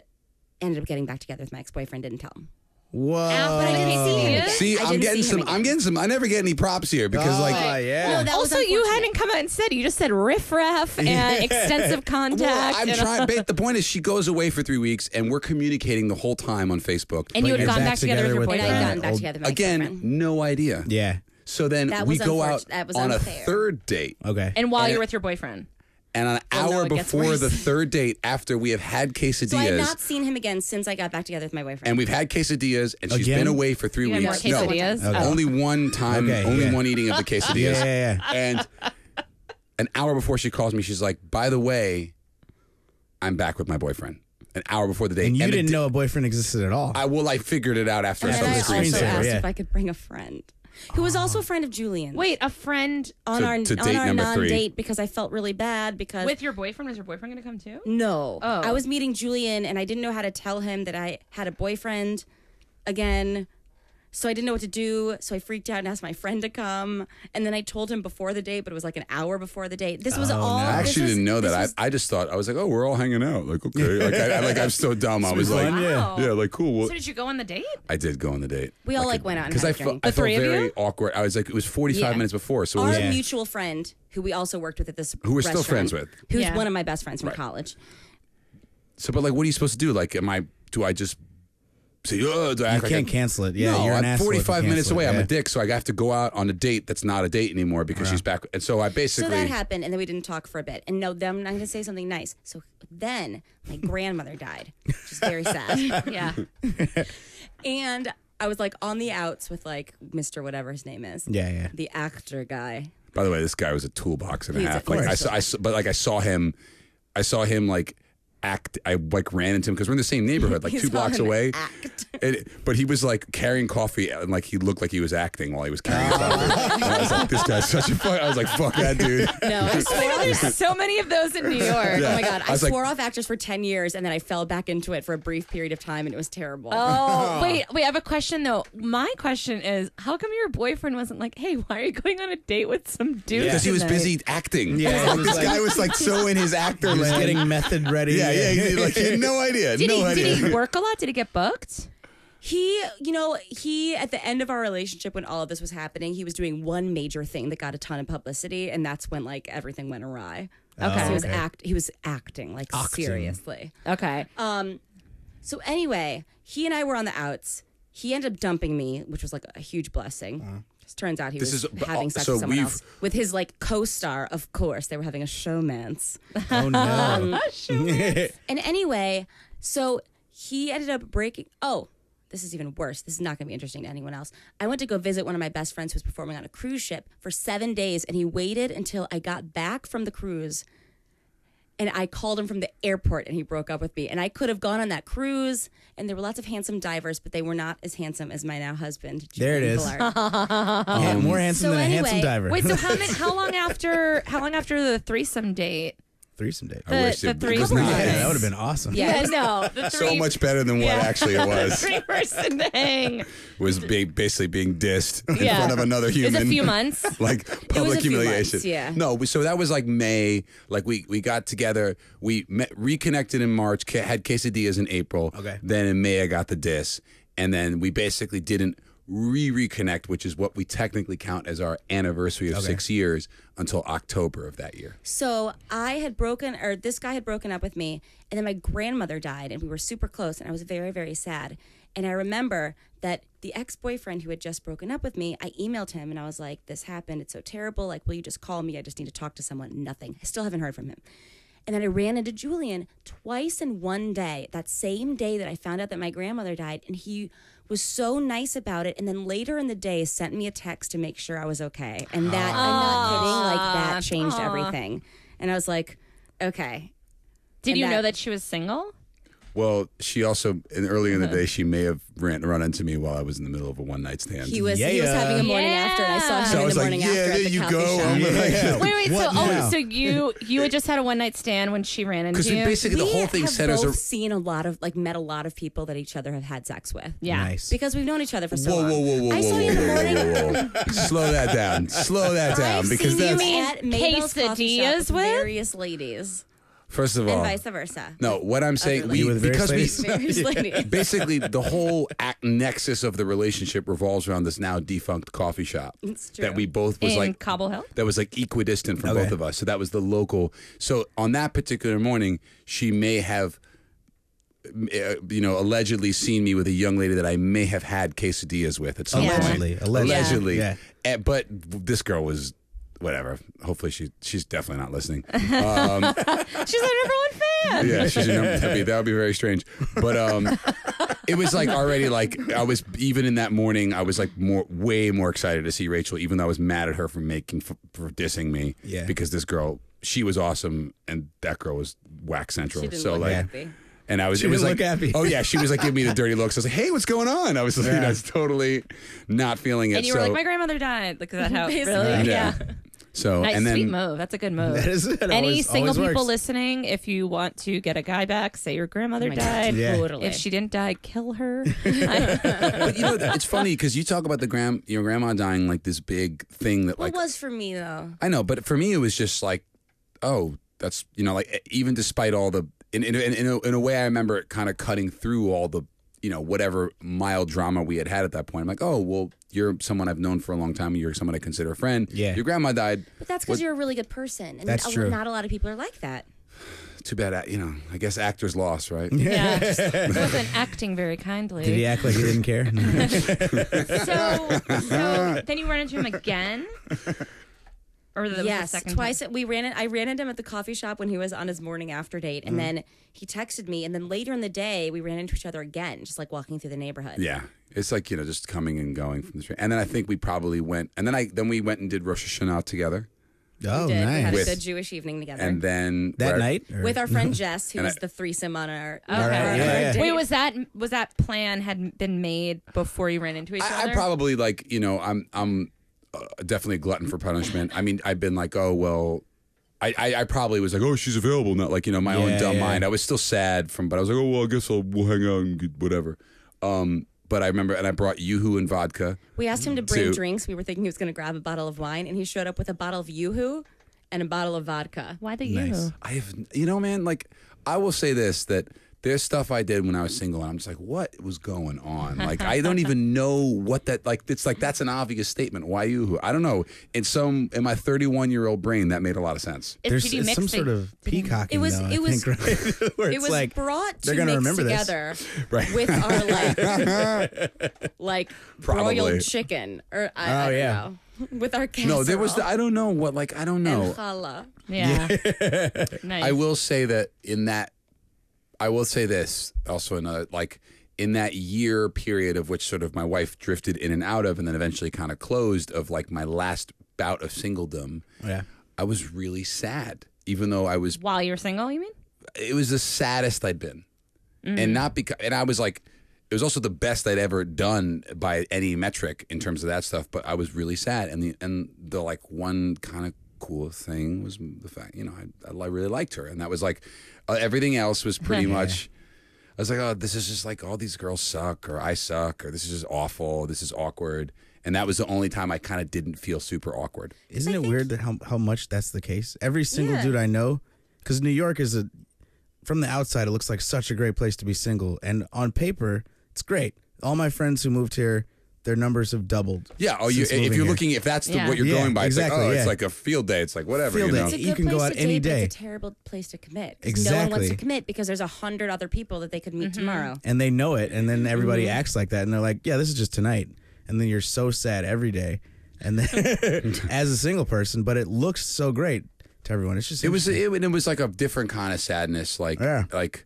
ended up getting back together with my ex boyfriend. Didn't tell him.
Whoa.
but I didn't see him. again.
Oh. see,
I
I'm
didn't
getting
see him
some.
again.
I'm getting some. I never get any props here because,
oh,
like,
yeah.
No, that was
also, you
unfortunate.
hadn't come out and said it. You just said riffraff and extensive contact.
well, I'm
and-
trying. But the point is, she goes away for three weeks, and we're communicating the whole time on Facebook.
And you
But
had
you're
gone
back
back together with your
together with
And
boyfriend.
I'd
that.
gotten back
old-
together with my
again,
ex-boyfriend.
no idea.
Yeah.
So then
That
we
was
go
unfortunate.
out
That was
on a
unfair.
third date,
Okay.
and while
And
you're
it-
with your boyfriend.
and an
Well, no,
hour
it gets
before
worse.
the third date, after we have had quesadillas,
So I've not seen him again since I got back together with my boyfriend.
and we've had quesadillas, and she's
Again?
been away for three
You had more
weeks. No,
quesadillas?
Okay.
Only one time,
Okay,
only
yeah.
one eating of the quesadillas.
Yeah, yeah,
And an hour before she calls me, she's like, "By the way, I'm back with my boyfriend." An hour before the date,
And you
the
didn't
di-
know a boyfriend existed at all.
I well, I figured it out after I
And
saw
then
the
I
screen.
also
screensaver,
asked
yeah.
if I could bring a friend who was also a friend of Julian.
Wait, a friend
on
To-
our
to
on
date
our
number three.
non-date because I felt really bad because
with your boyfriend? Was your boyfriend going to come too?
no,
Oh.
I was meeting Julian and I didn't know how to tell him that I had a boyfriend again. So I didn't know what to do. So I freaked out and asked my friend to come. And then I told him before the date, but it was like an hour before the date. This was all.
Oh, I
this
actually
was-
didn't know
this
that.
was-
I, I just thought I was like, "Oh, we're all hanging out." Like, okay, like, I, I- like I'm so dumb. I was like,
fun,
yeah.
"Yeah, like cool." Well,
So did you go on the date?
I did go on the date.
We all, like, went out and
because
had
I,
a
fe-
drink.
I
The
felt
three of you?
very awkward. I was like, it was 45
Yeah.
minutes before, so it
our
was,
mutual friend who we also worked with at this
Who we're still
restaurant,
friends with.
who's
Yeah.
one of my best friends from college
so. But like, what are you supposed to do? Like, am I? Do I just say, "Oh, do I
you
act like
can't
I-
cancel it. Yeah, you're an
I'm
asshole if you
45 minutes
cancel it,
away. I'm
yeah.
a dick, so I have to go out on a date that's not a date anymore because she's back. And so I
so
basically
that happened and then we didn't talk for a bit and no then i'm not going to say something nice so then my grandmother died which is very sad
Yeah.
and i was like on the outs with like mr whatever his name is
Yeah, yeah.
the actor guy
By the way, this guy was a toolbox and a
He's a-
half. Like I
course.
saw, I saw, but like I saw him, I saw him like act. I like ran into him because we're in the same neighborhood, like
You
two
saw
blocks
him
away.
act.
And- but he was like carrying coffee and like he looked like he was acting while he was carrying
Oh.
coffee. And I was like, this guy's such a fuck. I was like, fuck that dude.
no i swore off
Oh There's so many of those in New York.
oh my god
I
i,
was like-
swore off actors for 10 years and then i fell back into it for a brief period of time and it was terrible
Oh, wait, wait, I have a question though. My question is how come your boyfriend wasn't like, hey, why are you going on a date with some dude?
Because he was
tonight?"
busy acting.
Yeah,
Like,
he was
this
like-
guy was like so in his actor
He was
land.
getting method ready.
yeah, yeah. he- Like he had no idea.
Did,
no
he,
idea.
did he work a lot? Did he get booked?
He, you know, he at the end of our relationship when all of this was happening, he was doing one major thing that got a ton of publicity, and that's when like everything went awry.
Oh,
Okay.
So he was
okay.
act he was acting like
Acting.
seriously.
Okay.
Oh,
Um, so anyway, he and I were on the outs. He ended up dumping me, which was like a huge blessing. Just turns out he
Uh-huh. This
was
is- but,
having
uh,
sex
so
with someone
we've-
else with his like co-star. Of course, they were having a showmance.
Oh no.
And anyway, so he ended up breaking. Oh, this is even worse. This is not going to be interesting to anyone else. I went to go visit one of my best friends who was performing on a cruise ship for seven days, and he waited until I got back from the cruise. And I called him from the airport, and he broke up with me. And I could have gone on that cruise, and there were lots of handsome divers, but they were not as handsome as my now husband.
There it
Julian
is.
Ballard.
Yeah, more handsome
so
than a
anyway-
handsome diver.
Wait, so how many, how long after how long after the threesome date?
threesome date.
I wish
the
it
three
was
of
not
us.
yeah, that would have been awesome.
Yeah, no. The
so
three-
much better than what actually it was.
Three person thing.
was ba- basically being dissed in
Yeah.
front of another
It's
human.
a few months.
like
was
public
a few
humiliation.
months, yeah.
No, we- so that was like May. Like we we got together. We met, reconnected in March. Ca- had quesadillas in April.
Okay.
Then in May I got the diss, and then we basically didn't re reconnect, which is what we technically count as our anniversary of six years until October of that year.
So I had broken, or this guy had broken up with me, and then my grandmother died, and we were super close, and I was very, very sad. And I remember that the ex boyfriend who had just broken up with me, I emailed him and I was like, This happened. It's so terrible. Like, will you just call me? I just need to talk to someone. Nothing. I still haven't heard from him. And then I ran into Julian twice in one day, that same day that I found out that my grandmother died. And he was so nice about it. And then later in the day, sent me a text to make sure I was okay. And that, I'm not kidding, like that changed everything. And I was like, okay.
Did
And
you know that
that-
she was single?
Well, she also and early in
Uh-huh.
the day she may have ran run into me while I was in the middle of a one night stand.
He was, he was
Yeah.
having a morning after, and I saw him
so I
in
was
the
like,
morning
yeah,
after.
there
at the
you
coffee
go.
shop.
I'm
Wait,
like-
wait.
What
so
now?
oh, so you you had just had a one night stand when she ran into
Because
you.
basically the
We
whole thing
have
centers
both
around.
seen a lot of, like, met a lot of people that each other have had sex with.
yeah.
Nice.
Because we've known each other for so
Whoa,
long.
whoa, whoa,
I
whoa, whoa,
saw
whoa,
you in the morning.
whoa, whoa, whoa. Slow that down. Slow that down.
I've
because
seen
that's
you at Mabel's coffee shop
quesadillas with?
various ladies
first of
and
all.
vice versa.
No, what I'm saying, we
You with various
because we
ladies?
Various ladies.
basically the whole act nexus of the relationship revolves around this now defunct coffee shop that we both was
In
like
Cobble Hill?
that was like equidistant from both
Okay.
of us. So that was the local. So on that particular morning, she may have. uh, You know, allegedly seen me with a young lady that I may have had quesadillas with at some
Allegedly,
point.
allegedly.
allegedly.
Yeah.
Eh, but this girl was, whatever. Hopefully, she she's definitely not listening. Um,
She's a number one fan.
yeah, she's a number- that'd be, that would be very strange. But um, it was like already like I was even in that morning I was like more way more excited to see Rachel even though I was mad at her for making for, for dissing me.
Yeah.
because this girl she was awesome and that girl was whack central.
She didn't
so
look
like.
happy.
And I was,
She
it was
didn't
like,
look happy.
oh yeah, she was like giving me the dirty looks. I was like, hey, what's going on? I was like, you know, I was totally not feeling it.
And you
so,
were like, my grandmother died. Like is that how?
Basically.
Really?
yeah. So
Nice,
and then
sweet move. That's a good move.
That is- that
Any
always-
single
always
people
works.
listening, if you want to get a guy back, say your grandmother
my God.
died.
Yeah.
Totally.
If she didn't die, kill her.
but you know, it's funny because you talk about the grand, your grandma dying like this big thing that
Well,
like
it was for me though.
I know, but for me, it was just like, oh, that's you know, like even despite all the in in in, in, a, in a way, I remember it kind of cutting through all the you know whatever mild drama we had had at that point. I'm like, oh, well, you're someone I've known for a long time. You're someone I consider a friend.
Yeah.
Your grandma died.
But that's because you're a really good person, and
That's
a-
true.
not a lot of people are like that.
Too bad. I- You know, I guess actors lost, right?
yeah. Just wasn't acting very kindly.
Did he act like he didn't care? No.
So, so then you run into him again? Or that was
yes,
the second
twice we ran. it. I ran into him at the coffee shop when he was on his morning after date, and
Mm-hmm.
then he texted me, and then later in the day we ran into each other again, just like walking through the neighborhood.
Yeah. It's like you know, just coming and going from the street. And then I think we probably went, and then I then we went and did Rosh Hashanah together,
Oh,
Did. We had
nice.
a
With-
good Jewish evening together
and then
that
right-
night? Or-
with our friend Jess, who
And
was
I-
the threesome on our.
All
our-
right,
our
yeah, yeah.
date.
time? Wait, was that was that plan had been made before you ran into each
I,
other?
I probably like you know I'm I'm uh, definitely a glutton for punishment. I mean I've been like oh well. I, I, I probably was like, oh, she's available now. Like, you know, my
Yeah,
own dumb
yeah.
mind. I was still sad from, but I was like, oh, well, I guess I'll we'll hang out and get whatever. Um, but I remember, and I brought yoo-hoo and vodka.
We asked him to bring
Two.
drinks. We were thinking he was going to grab a bottle of wine, and he showed up with a bottle of YooHoo and a bottle of vodka.
Why the
Nice.
you?
I have, you know, man, like, I will say this that There's stuff I did when I was single, and I'm just like, what was going on? Like, I don't even know what that like. It's like that's an obvious statement. Why you? I don't know. In some, in my 31 year old brain, that made a lot of sense.
There's
pretty
it's some
mixing.
sort of peacocking.
It was-
though, I
it was-
think, right? Where
It
it's
was
like,
brought to
they're gonna
mix
remember this.
together
Right.
with our like, like
Probably.
broiled chicken or I, I
Oh,
don't
yeah.
know, with our casserole.
No, there was. The, I don't know what. Like, I don't know.
and challah.
Yeah. nice.
I will say that in that, I will say this also in a like in that year period of which sort of my wife drifted in and out of, and then eventually kind of closed of like my last bout of singledom.
yeah.
I was really sad, even though I was.
While you're single, you mean?
It was the saddest I'd been, and not because. And I was like, it was also the best I'd ever done by any metric in terms of that stuff. But I was really sad, and the and the like one kind of cool thing was the fact you know I, I really liked her, and that was like uh, everything else was pretty much. I was like, oh, this is just like all these girls suck, or I suck, or this is just awful, this is awkward, and that was the only time I kind of didn't feel super awkward.
Isn't it weird that how how much that's the case? Every single dude I know, because New York is a, from the outside, it looks like such a great place to be single, and on paper, it's great. All my friends who moved here, their numbers have doubled.
Yeah. Oh, you,
since
if
moving
you're
here.
looking, if that's the,
Yeah.
what you're
Yeah,
going by, it's
exactly,
like, oh,
yeah.
it's like a field day. It's like whatever,
Field
you
day.
know.
It's a
You
good
can go
place
out
to
any
date, but
day.
It's a terrible place to commit. 'cause No one wants to
Exactly.
commit because there's a hundred other people that they could meet tomorrow.
and they know it, and then everybody
Mm-hmm.
acts like that, and they're like, "Yeah, this is just tonight," and then you're so sad every day, and then as a single person, but it looks so great to everyone. It's just
It was
interesting.
it, it was like a different kind of sadness, like
Yeah.
like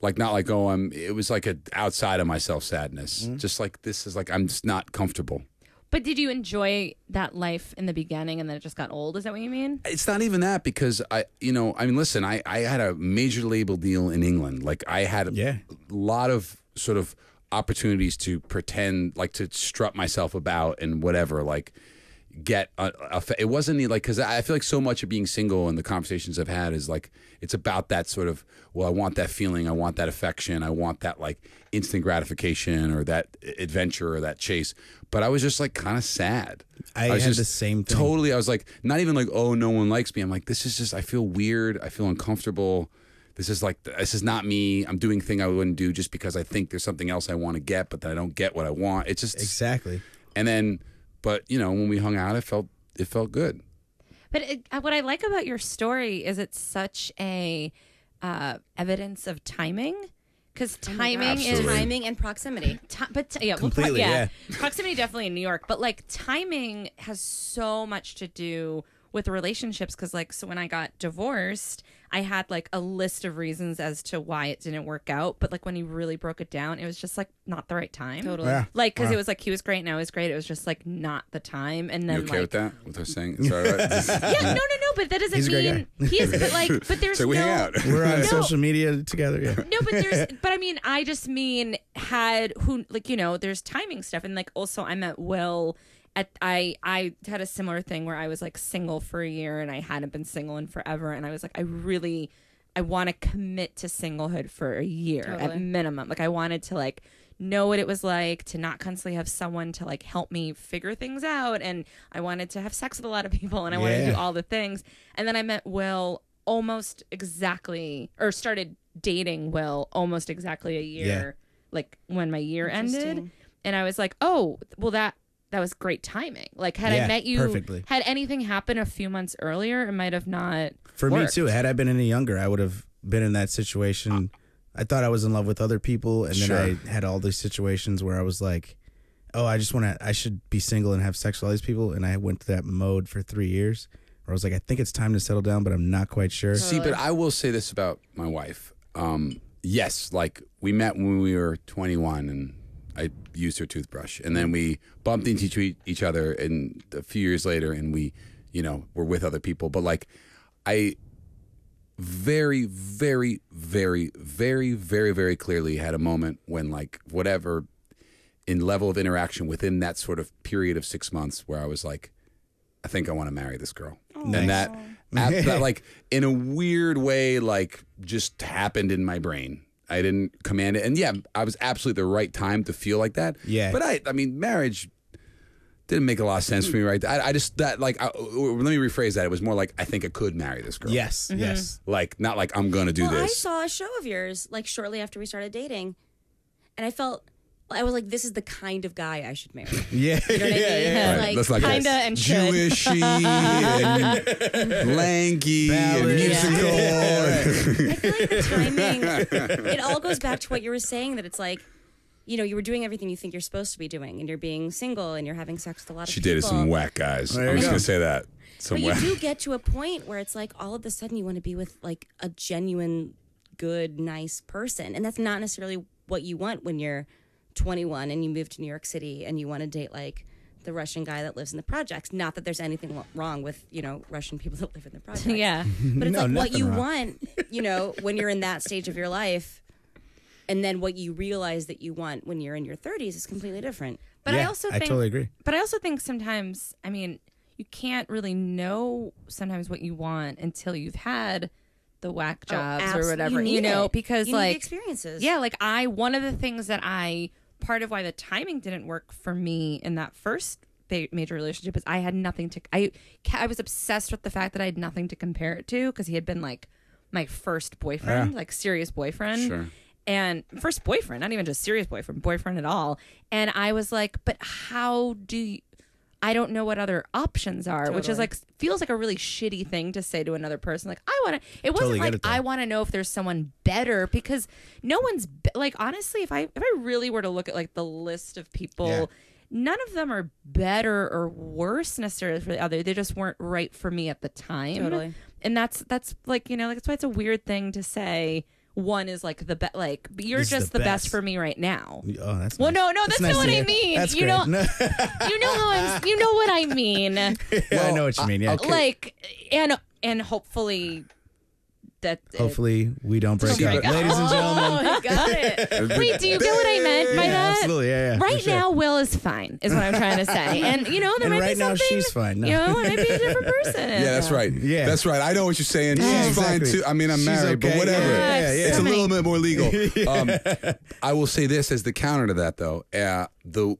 like not like oh I'm. It was like a outside of myself sadness. Just like this is like I'm just not comfortable.
But did you enjoy that life in the beginning and then it just got old? Is that what you mean?
It's not even that because I you know I mean listen I I had a major label deal in England. Like I had a
Yeah.
lot of sort of opportunities to pretend like to strut myself about and whatever like get a, a fa- it wasn't e- like because I I feel like so much of being single and the conversations I've had is like it's about that sort of well I want that feeling I want that affection I want that like instant gratification or that a- adventure or that chase but I was just like kind of sad
I
was
had
just
the same thing.
totally I was like not even like oh no one likes me I'm like this is just I feel weird I feel uncomfortable this is like this is not me I'm doing thing I wouldn't do just because I think there's something else I want to get but then I don't get what I want it's just
exactly.
and then, but you know, when we hung out, it felt it felt good.
But it, uh, what I like about your story is it's such a uh, evidence of timing, because timing is
Absolutely.
Timing and proximity.
ti- but ti- yeah, well, pro-
Completely,
yeah. proximity definitely in New York, but like timing has so much to do with relationships because like so when I got divorced, I had like a list of reasons as to why it didn't work out, but like when you really broke it down, it was just like not the right time. Totally.
Yeah.
Like because it was like he was great and I was great, it was just like not the time, and
You
then
okay
like
with that? With her saying, it's all right.
yeah, no, no, no. But that doesn't
He's a great
mean he is. But like, but there's
so we
no.
hang out.
We're on
No.
social media together. Yeah.
No, but there's. But I mean, I just mean had who like you know there's timing stuff and like also I met Will. At I I had a similar thing where I was like single for a year and I hadn't been single in forever and I was like I really I want to commit to singlehood for a year at minimum. Like I wanted to like know what it was like to not constantly have someone to like help me figure things out and I wanted to have sex with a lot of people and I wanted to do
Yeah.
all the things. And then I met Will almost exactly or started dating Will almost exactly a year like when my year ended.
Interesting.
And I was like, "Oh, well that that was great timing. Like had I
Yeah,
met you
perfectly.
had anything happened a few months earlier, it might have not
For me
worked.
too. Had I been any younger, I would have been in that situation. I thought I was in love with other people, and then I had all these situations where I was like, "Oh, I just want to. I should be single and have sex with all these people." And I went through that mode for three years, where I was like, "I think it's time to settle down, but I'm not quite sure."
See, but I will say this about my wife. Um, yes, like we met when we were 21, and I used her toothbrush, and then we bumped into each- each other, and a few years later, and we, you know, were with other people. But like, I very, very, very, very, very, very clearly had a moment when like whatever in level of interaction within that sort of period of six months where I was like, I think I want to marry this girl. And that, at- that, like, in a weird way, like, just happened in my brain. I didn't command it. And yeah, I was absolutely the right time to feel like that.
Yeah.
But I, I mean, marriage didn't make a lot of sense for me, right? I, I just that like I, let me rephrase that. It was more like I think I could marry this girl.
Yes,
Mm-hmm.
yes.
like not like I'm gonna do
well, I
this.
saw a show of yours like shortly after we started dating, and I felt I was like, this is the kind of guy I should marry.
Yeah.
what I
yeah,
mean?
Right,
Like,
that's like
kinda and should.
Jewishy and lanky and
Ballad.
musical.
I feel like the timing, it all goes back to what you were saying that it's like, you know, you were doing everything you think you're supposed to be doing, and you're being single and you're having sex with a lot of
She
people.
dated some whack guys.
There
I'm
you
just
go.
gonna say that. Some
But you
whack.
do get to a point where it's like all of a sudden you want to be with like a genuine, good, nice person. And that's not necessarily what you want when you're 21 and you move to New York City and you want to date like the Russian guy that lives in the projects. Not that there's anything lo- wrong with, you know, Russian people that live in the projects.
Yeah.
But it's
Mm-hmm. No,
like what
nothing
you
wrong.
want, you know, when you're in that stage of your life. And then what you realize that you want when you're in your 30s is completely different.
But I
Yeah,
also
I
think
totally agree.
But I also think sometimes, I mean, you can't really know sometimes what you want until you've had the whack jobs
Abs-
or whatever,
Oh, need
you, know,
it.
because
You need the
like
experiences.
yeah, like I one of the things that I part of why the timing didn't work for me in that first ba- major relationship is I had nothing to I ca- I was obsessed with the fact that I had nothing to compare it to because he had been like my first boyfriend, like serious boyfriend.
Sure.
And first boyfriend, not even just serious boyfriend, boyfriend at all. And I was like, but how do you I don't know what other options are, which is like feels like a really shitty thing to say to another person. Like I want to. It wasn't
Totally get
like
it, though.
I want to know if there's someone better because no one's be- like honestly. If I if I really were to look at like the list of people,
Yeah.
none of them are better or worse necessarily for the other. They just weren't right for me at the time.
Totally.
And that's that's like you know like that's why it's a weird thing to say. One is like the best. Like you're
This is
just
the
the best.
best.
for me right now.
Oh, that's
Well,
nice.
no, no, that's,
nice
not what
to
I
hear.
mean.
That's
you
great.
know,
No,
you know how I'm. You know what I mean.
yeah, I know what you mean. Yeah.
like and and hopefully that
Hopefully, we don't break
my
up,
God.
ladies and gentlemen.
Oh, you got it.
wait do you get what i meant by
yeah,
that
absolutely. Yeah, yeah. for
right
sure.
now will is fine is what i'm trying to say and you know there
and
might
right
be
now
something
she's fine. No.
you know it might be a different person
Yeah, that's right.
Yeah.
that's right. I know what you're saying. She's
exactly.
fine too. I mean, I'm
She's
married, but
okay.
whatever.
yeah,
Yeah,
yeah.
It's a
So many-
little bit more legal. Um, I will say this as the counter to that, though. Uh, the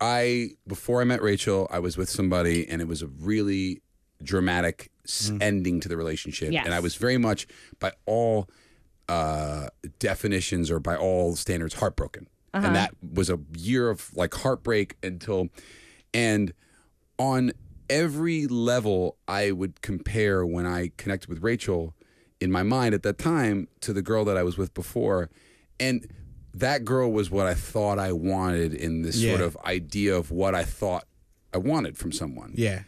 I before I met Rachel, I was with somebody, and it was a really dramatic s
Mm-hmm.
ending to the relationship,
Yes.
and I was very much by all uh, definitions or by all standards heartbroken,
Uh-huh.
and that was a year of like heartbreak until, and on every level I would compare when I connected with Rachel in my mind at that time to the girl that I was with before. And that girl was what I thought I wanted in this sort
Yeah.
of idea of what I thought I wanted from someone.
Yeah.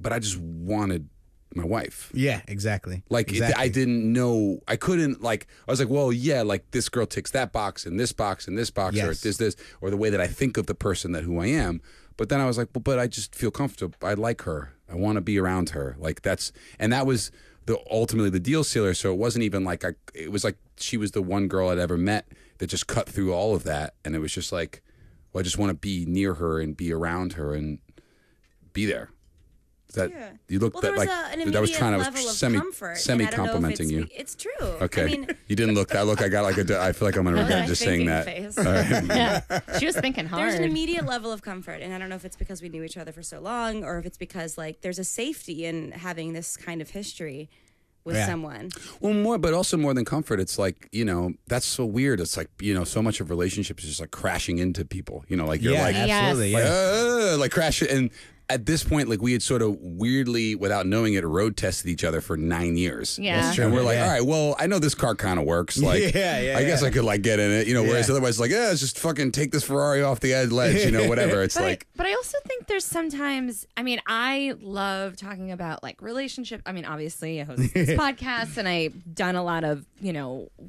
But I just wanted my wife.
Yeah. Exactly.
Like
exactly.
it, I didn't know. I couldn't like. I was like, well, yeah, like this girl ticks that box and this box and this box or
Yes.
this this or the way that I think of the person that who I am. But then I was like, well, but I just feel comfortable. I like her. I want to be around her. Like that's and that was the ultimately the deal sealer. So it wasn't even like I. It was like she was the one girl I'd ever met that just cut through all of that, and it was just like, well, I just want to be near her and be around her and be there. Is That
Yeah.
you looked
Well,
that
there was
like
a, an
that
immediate
I was trying. I
level
was
of
semi
comfort.
semi
and I don't know if
complimenting you.
it's- It's true.
Okay,
I mean,
you didn't look that look. I got like a. d- I feel like I'm gonna regret
my
just saying
thinking
that.
face.
All right.
She was thinking hard.
there's an immediate level of comfort, and I don't know if it's because we knew each other for so long, or if it's because like there's a safety in having this kind of history with
Yeah.
someone.
Well, more, but also more than comfort. It's like you know that's so weird. It's like you know so much of relationships is just like crashing into people. You know, like you're
yeah,
like
absolutely.
like,
Yeah.
"Uh," like crash it. And at this point, like we had sort of weirdly, without knowing it, road tested each other for nine years.
Yeah. That's
true,
And we're like,
yeah.
all right, well, I know this car kind of works. Like,
Yeah, yeah,
I guess
yeah.
I could like get in it, you know. Whereas
Yeah.
otherwise, like, yeah, it's just fucking take this Ferrari off the edge, ledge, you know, whatever. It's
but,
like.
I, but I also think there's sometimes, I mean, I love talking about like relationship. I mean, obviously, I host this podcast and I've done a lot of, you know, I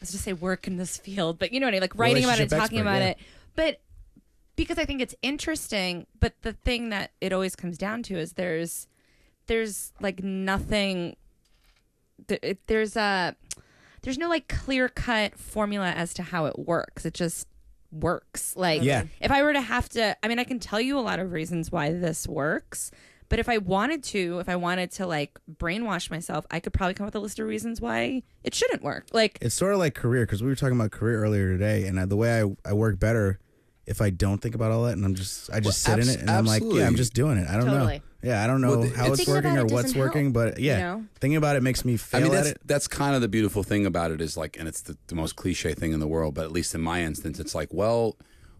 was just say work in this field, but you know what I mean? Like writing about it,
Relationship
talking
expert,
about
yeah.
it. But because I think it's interesting, but the thing that it always comes down to is there's, there's like nothing, th- it- there's a, there's no like clear cut formula as to how it works. It just works. Like,
Yeah.
if I were to have to, I mean, I can tell you a lot of reasons why this works, but if I wanted to, if I wanted to like brainwash myself, I could probably come up with a list of reasons why it shouldn't work. Like,
It's sort of like career because we were talking about career earlier today, and I, the way I, I work better if I don't think about all that and I'm just I just
Well,
sit in
abs-
it and I'm like,
absolutely.
yeah, I'm just doing it. I don't
Totally.
know. Yeah, I don't know
Well, the-
how
But
it's
thinking
working
about
or
it
what's
doesn't
working,
help,
but yeah,
know?
thinking about it makes me fail
I mean,
at
that's
it.
that's kind of the beautiful thing about it is like, and it's the, the most cliche thing in the world, but at least in my instance, it's like, well,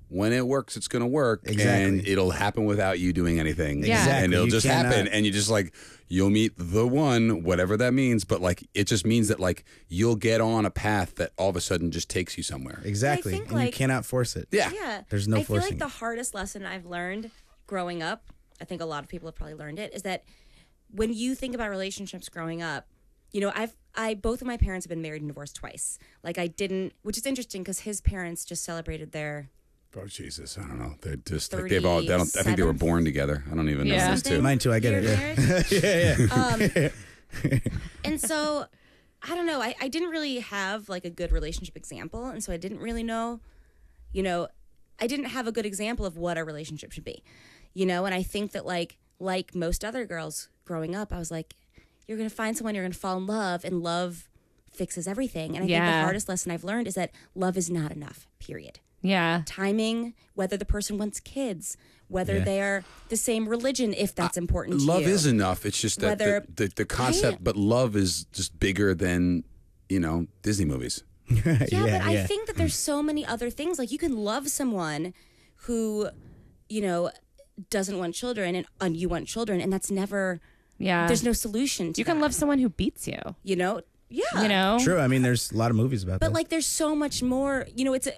when it works, it's going to work, and
Exactly.
it'll happen without you doing anything,
Yeah. Exactly.
and it'll
You
just happen,
cannot-
and you just like you'll meet the one, whatever that means, but like it just means that like you'll get on a path that all of a sudden just takes you somewhere.
Exactly.
think,
and you
like-
cannot force it.
Yeah,
Yeah.
There's no
I feel
forcing
like the
it.
hardest lesson I've learned growing up, I think a lot of people have probably learned it, is that when you think about relationships growing up, you know, I've I both of my parents have been married and divorced twice. Like I didn't, which is interesting because his parents just celebrated their
Oh Jesus, I don't know. They're just like they've all. They don't, I think they were
37th?
born together. I don't even know
Yeah.
those two.
Mine too, I get
year
it. Yeah.
marriage.
yeah, yeah.
Um, and so i don't know I, I didn't really have like a good relationship example and so i didn't really know you know i didn't have a good example of what a relationship should be you know and i think that like like most other girls growing up i was like you're gonna find someone you're gonna fall in love and love fixes everything and i think
Yeah.
the hardest lesson i've learned is that love is not enough period
Yeah.
timing whether the person wants kids whether
Yeah.
they are the same religion if that's important to
love
you.
is enough. It's just that
Whether-
the, the, the concept, but love is just bigger than you know Disney movies.
yeah,
Yeah,
but
yeah.
I think that there's so many other things. Like you can love someone who, you know, doesn't want children and, and you want children, and that's never
Yeah.
there's no solution to
you can
that,
love someone who beats you.
you know? Yeah.
You know.
True. I mean, there's a lot of movies about
But
that.
like there's so much more, you know, it's a,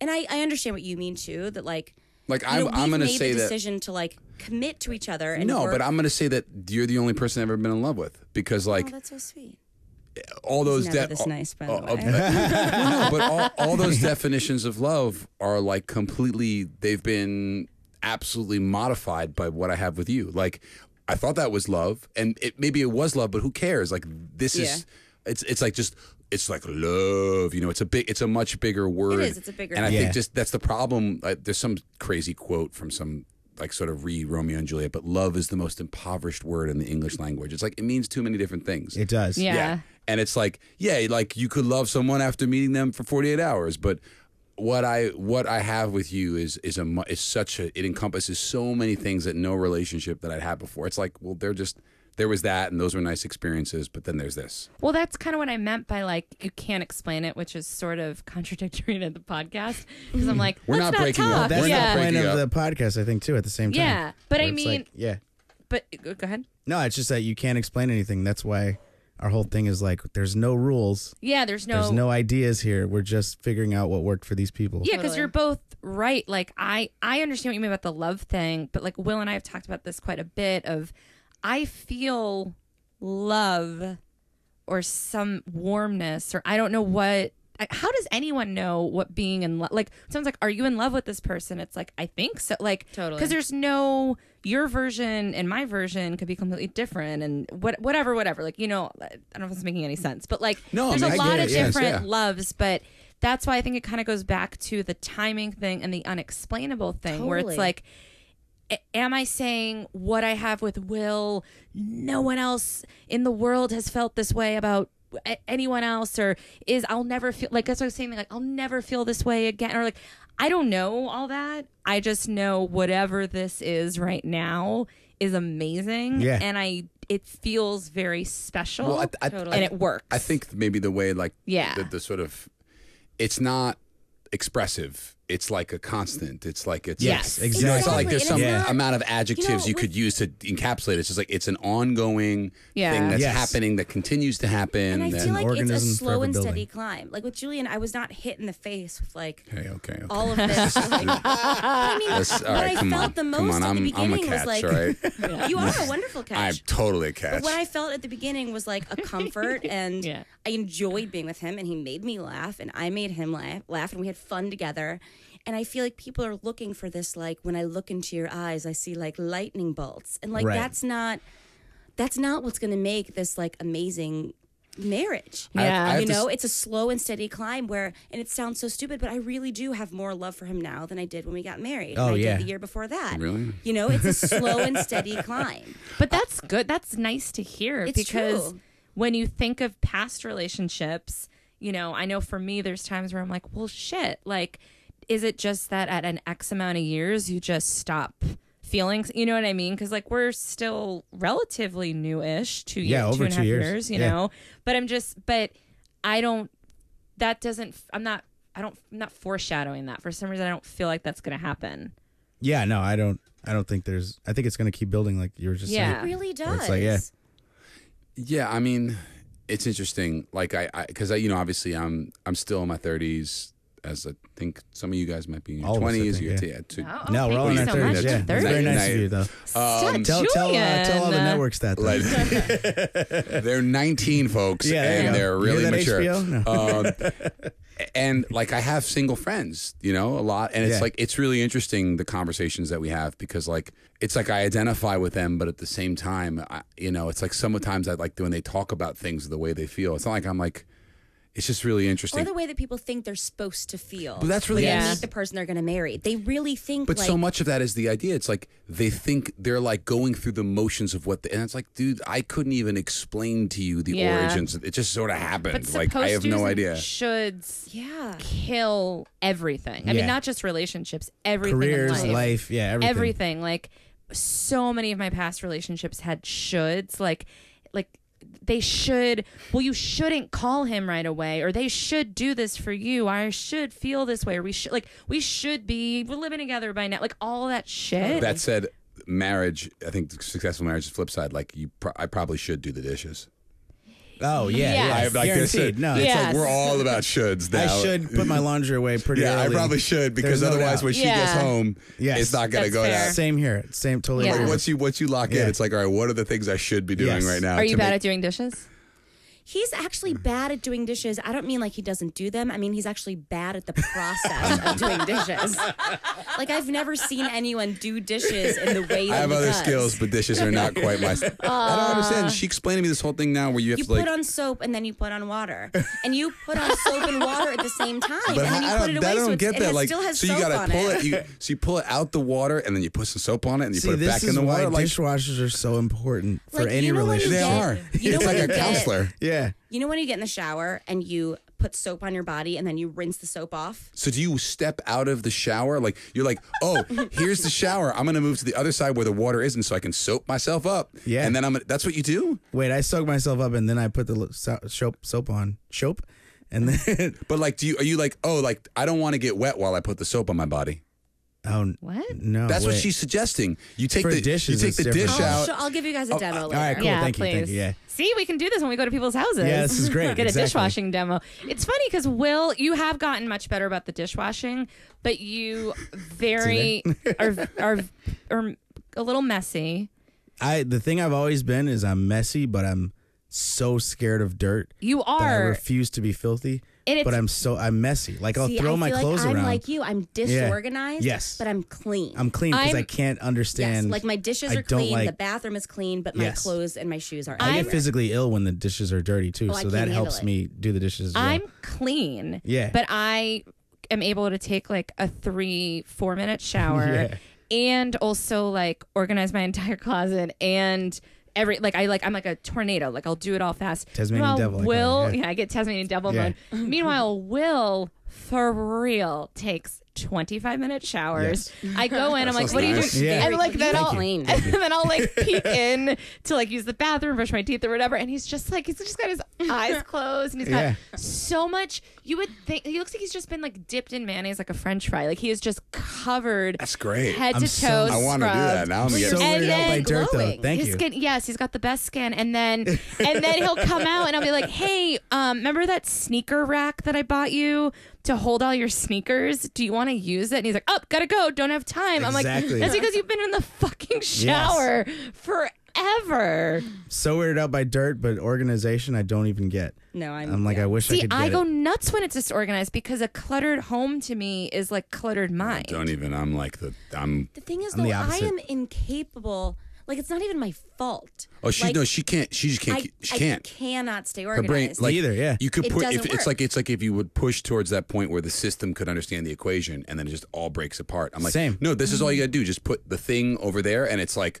and I, I understand what you mean too, that like
Like
you
I'm,
know, we've
I'm gonna
made
say
the
that
decision to like commit to each other and
no,
work-
but I'm gonna say that you're the only person I've ever been in love with because
Oh,
like
that's so sweet.
all those
Never
de-
this
all-
nice, by the
all-
way.
Oh, no, but all, all those definitions of love are like completely they've been absolutely modified by what I have with you. Like I thought that was love and it maybe it was love, but who cares? Like this is it's it's like just it's like love, you know, it's a big it's a much bigger word.
is, it's a bigger
And I
Yeah.
think just that's the problem. Like, there's some crazy quote from some like sort of re Romeo and Juliet, but love is the most impoverished word in the English language. It's like it means too many different things.
it does.
Yeah.
And it's like, yeah, like you could love someone after meeting them for 48 hours, but what I what I have with you is is a mu- is such a it encompasses so many things that no relationship that I'd had before. It's like, well, they're just there was that and those were nice experiences, but then there's this.
Well, that's kind of what I meant by like you can't explain it, which is sort of contradictory to the podcast because I'm like
We're
Let's
not breaking up.
talk.
That's
yeah.
the
breaking
point of
up.
the podcast, I think, too, at the same time.
Yeah, but
Where
I
it's like-
mean-
yeah.
But go ahead.
No, it's just that you can't explain anything. That's why our whole thing is like, there's no rules,
yeah. There's no.
there's no ideas here. We're just figuring out what worked for these people.
Yeah, because
Totally.
you're both right. Like I, I understand what you mean about the love thing, but like Will and I have talked about this quite a bit. Of, I feel love, or some warmness, or I don't know what. I- How does anyone know what being in love? Like someone's like, "Are you in love with this person?" It's like, I think so. Like
Totally.
because there's no your version and my version could be completely different and what whatever whatever. Like you know, I don't know if it's making any sense, but like
No,
there's
I
a
mean, I
lot
get
of
it. Yes,
different
yeah.
loves, but that's why I think it kind of goes back to the timing thing and the unexplainable thing, where it's
Totally.
like, a- am I saying what I have with Will? No one else in the world has felt this way about a- anyone else, or is I'll never feel like that's what I was saying, like I'll never feel this way again, or like I don't know all that. I just know whatever this is right now is amazing,
Yeah.
and I it feels very special,
Well, I- I- Totally.
and it works.
I think maybe the way like
Yeah.
the, the sort of it's not expressive. It's like a constant. It's like it's
Yes,
you know, it's not like
exactly.
there's
And
some
it's not-
amount of adjectives you,
know, with-
could use to encapsulate it. It's just like it's an ongoing
Yeah.
thing that's
Yes.
happening that continues to happen.
And I
that-
feel like it's a
organism
slow
forever
and steady
building.
climb. Like with Julian, I was not hit in the face with like
okay, okay, okay.
all of this. like, I mean,
That's- all
what
right,
I
come
felt
on.
the
Come
most
on,
at
I'm-
the
I'm a
beginning
catch,
was like,
all right?
you are a wonderful
I'm
catch.
totally a catch.
but what I felt at the beginning was like a comfort, and
Yeah.
I enjoyed being with him, and he made me laugh, and I made him laugh, laugh, and we had fun together. And I feel like people are looking for this, like when I look into your eyes, I see like lightning bolts, and like
Right.
that's not, that's not what's going to make this like amazing marriage.
I have- I have
you
to s-
know, it's a slow and steady climb where, and it sounds so stupid, but I really do have more love for him now than I did when we got married.
Oh,
than I
yeah.
did the year before that.
Really?
You know, it's a slow and steady climb.
But that's good. That's nice to hear
It's
because
true.
when you think of past relationships, you know, I know for me, there's times where I'm like, well, shit, like is it just that at an X amount of years you just stop feelings? You know what I mean? Because like we're still relatively newish, two
Yeah,
years,
over
two and a
two
half
years.
years. you
Yeah.
know. But I'm just, but I don't. That doesn't. I'm not. I don't. I'm not foreshadowing that. For some reason, I don't feel like that's going to happen.
Yeah, no, I don't. I don't think there's. I think it's gonna keep building, like you were just
Yeah.
It really does.
It's like, yeah.
Yeah, I mean, it's interesting. Like I, because I, you know, obviously, I'm I'm still in my 30s, as I think some of you guys might be in your
All of us, I
20s. or
think,
your
yeah.
t- yeah, two-
saying. No, we're all
Oh, thank you
in our
so
thirties.
much.
yeah,
Your
It's very
thirties.
nice of you, though.
Um,
Tell tell uh, tell all the
Julian.
networks that. Though.
like they're 19 folks
Yeah, there you
and
go.
they're
You hear
really
that,
mature Uh,
HBO?
Um, and like i have single friends you know a lot and it's
Yeah.
like it's really interesting the conversations that we have because like it's like i identify with them but at the same time I, you know it's like sometimes i like when they talk about things the way they feel it's not like i'm like it's just really
Or
interesting
the way that people think they're supposed to feel.
But that's really
when they
Yeah.
meet the person they're going to marry. They really think.
But
like,
so much of that is the idea. It's like they think they're like going through the motions of what, the, and it's like, dude, I couldn't even explain to you the
Yeah.
origins. It just sort of happened.
But
Like I have
supposed
no
tos and
idea.
Shoulds
Yeah.
kill everything. I
Yeah.
mean, not just relationships, everything. in
Careers,
life.
life, yeah, everything.
everything. Like so many of my past relationships had shoulds. Like like they should well you shouldn't call him right away or they should do this for you i should feel this way or we should like we should be we're living together by now like all that shit
That said, marriage. I think successful marriage is the flip side. Like you, pro- I probably should do the dishes.
Oh yeah,
Yes.
yeah.
I have like this. uh,
guaranteed. No,
it's
Yeah.
like we're all about shoulds now.
I should put my laundry away pretty
Yeah, I
early.
probably should because
There's no
otherwise,
doubt.
when she
Yeah.
gets home,
Yes.
it's not gonna
That's
go
fair.
down.
Same here. Same. Totally.
Yeah.
agree.
Once you once you lock
Yeah.
in, it's like, all right, what are the things I should be doing
Yes.
right now?
are you
to
bad
make-
at doing dishes
He's actually bad at doing dishes. I don't mean like he doesn't do them. I mean he's actually bad at the process of doing dishes. Like I've never seen anyone do dishes in the way that
I have
he
other
does.
skills, but dishes are not quite my. I don't understand. She explained to me this whole thing now where you have
You
to like.
put on soap and then you put on water, and you put on soap and water at the same time,
but
and then you
I, I
put
don't,
it away.
I don't
so it's-
get
it
that.
has-
like,
still has
so
soap
you gotta
on
pull
it.
it. you, so you pull it out the water, and then you put some soap on it, and you
See,
put it
this
back
is
in the
why
water. Like,
dishwashers are so important for
Like,
any
you know when you
relationship.
they
get-
are.
you know
it's
when
like
you
a
get-
counselor.
Yeah.
You know when you get in the shower and you put soap on your body and then you rinse the soap off?
So do you step out of the shower? Like you're like, oh, here's the shower. I'm gonna move to the other side where the water isn't, so I can soap myself up.
Yeah.
And then I'm. Gonna, that's what you do.
Wait, I soak myself up and then I put the lo- so- soap soap on soap, and then
But like, do you are you like, oh, like I don't want to get wet while I put the soap on my body.
oh
What?
no,
That's what
wait.
she's suggesting. You take
For
the
dishes,
you take
it's
the dish
different.
I'll,
out.
sh- I'll give you guys a demo
oh, All
later.
right, cool.
Yeah,
thank
please.
you, thank you. Yeah,
See, we can do this when we go to people's houses.
Yeah, this is great.
Get a
Exactly.
dishwashing demo. It's funny because Will, you have gotten much better about the dishwashing, but you very are are are a little messy.
I the thing I've always been is I'm messy, but I'm so scared of dirt
You
that I
are.
refuse to be filthy.
And it's-
But I'm so I'm messy. Like I'll
See,
throw
I
my
feel like
clothes
I'm
around.
like you. I'm disorganized.
Yes.
But I'm clean.
I'm clean because I
I'm-
can't
yes.
understand.
Like my dishes
I
are
don't
clean.
like-
the bathroom is clean, but my
Yes.
clothes and my shoes are.
I
everywhere.
get physically ill when the dishes are dirty too,
Oh, I
so
can't
that
handle
helps
it.
me do the dishes. As well.
I'm clean.
Yeah.
But I am able to take like a three four minute shower
Yeah.
and also like organize my entire closet and. Every like I like I'm like a tornado like I'll do it all fast.
Tasmanian
Meanwhile,
devil, I call
Will
it, yeah.
yeah. I get Tasmanian devil
Yeah.
mode. Meanwhile, Will for real takes 25 minute showers. I go in I'm like
sounds
what
nice.
do you do?
Yeah.
And like then
Thank
I'll
you.
and then I'll like peek in to like use the bathroom, brush my teeth or whatever. And he's just like he's just got his eyes closed and he's got
Yeah.
so much. You would think he looks like he's just been like dipped in mayonnaise like a French fry. Like he is just covered
That's great.
head
I'm
to
so-
toe.
I
I want to do that now. I'm
I'm
getting
so
And
weirded out by
then
dirt
glowing.
though. Thank
his
you.
skin, yes, he's got the best skin, and then and then he'll come out and I'll be like, "Hey, um, remember that sneaker rack that I bought you to hold all your sneakers? Do you want to use it?" And he's like, "Up, gotta go, don't have time." I'm
Exactly.
like, "That's because you've been in the fucking shower forever."
so weirded out by dirt, but organization I don't even get.
No, I'm-
I'm like I wish I
See,
could.
I
get
go
it.
nuts when it's disorganized because a cluttered home to me is like cluttered mind.
Don't even. I'm like the. I'm.
The thing is,
I'm the
though, I
opposite.
am incapable. Like it's not even my fault.
Oh, she
like,
no. She can't. She just can't.
I,
she
I
can't.
cannot stay
Her brain,
organized.
like
Neither, yeah.
You could
It
put.
doesn't
If, it's
work.
like it's like if you would push towards that point where the system could understand the equation, and then it just all breaks apart. I'm like,
Same.
Mm-hmm.
No, this is all you gotta do. Just put the thing over there, and it's like,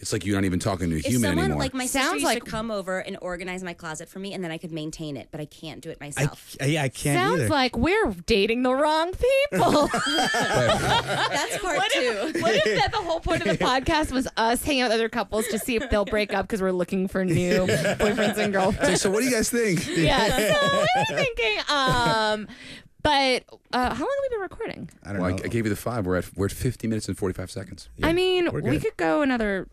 it's like you're not even talking to a
If
human
someone
anymore.
like my sister
Sounds
used
like-
to come over and organize my closet for me, and then I could maintain it, but I can't do it
I,
myself.
I, I can't
Sounds
either.
like we're dating the wrong people.
That's part two.
what if that the whole point of the podcast was us hanging out with other couples to see if they'll break up because we're looking for new boyfriends and
It's
girlfriends?
like, so what do you guys think?
yeah. So we were thinking, um, but uh, how long have we been recording?
I don't
Well, I, I
know.
gave you the five. We're at we're at 50 minutes and 45 seconds.
Yeah,
I mean,
we're
we
good.
could go another.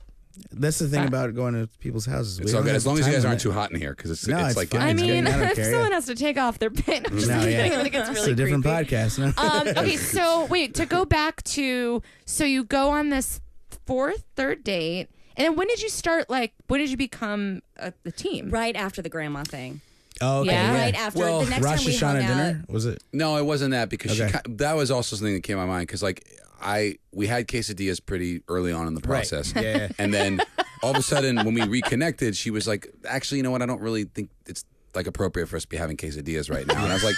That's the thing about going to people's houses. We
It's all
don't
good
have
as long as
time
you guys aren't
limit.
too hot in here because it's,
No,
it's
it's
like
fine.
I
It's good.
mean,
I don't
if
care,
someone
yeah.
has to take off their pin, I'm just
No,
kidding.
yeah.
I think it's
It's
really
a different
creepy.
podcast. No?
Um, okay, so wait to go back to so you go on this fourth third date, and then when did you start? Like, when did you become a, the team?
Right after the grandma thing.
oh, okay,
yeah.
yeah.
Right after
Well,
the next
Rosh
time we hung
Hashanah
out.
dinner was it?
No, it wasn't that because she
Okay.
ki that was also something that came to my mind because like I we had quesadillas pretty early on in the process,
Yeah.
and then all of a sudden when we reconnected, she was like, "Actually, you know what? I don't really think it's like appropriate for us to be having quesadillas right now." And I was like,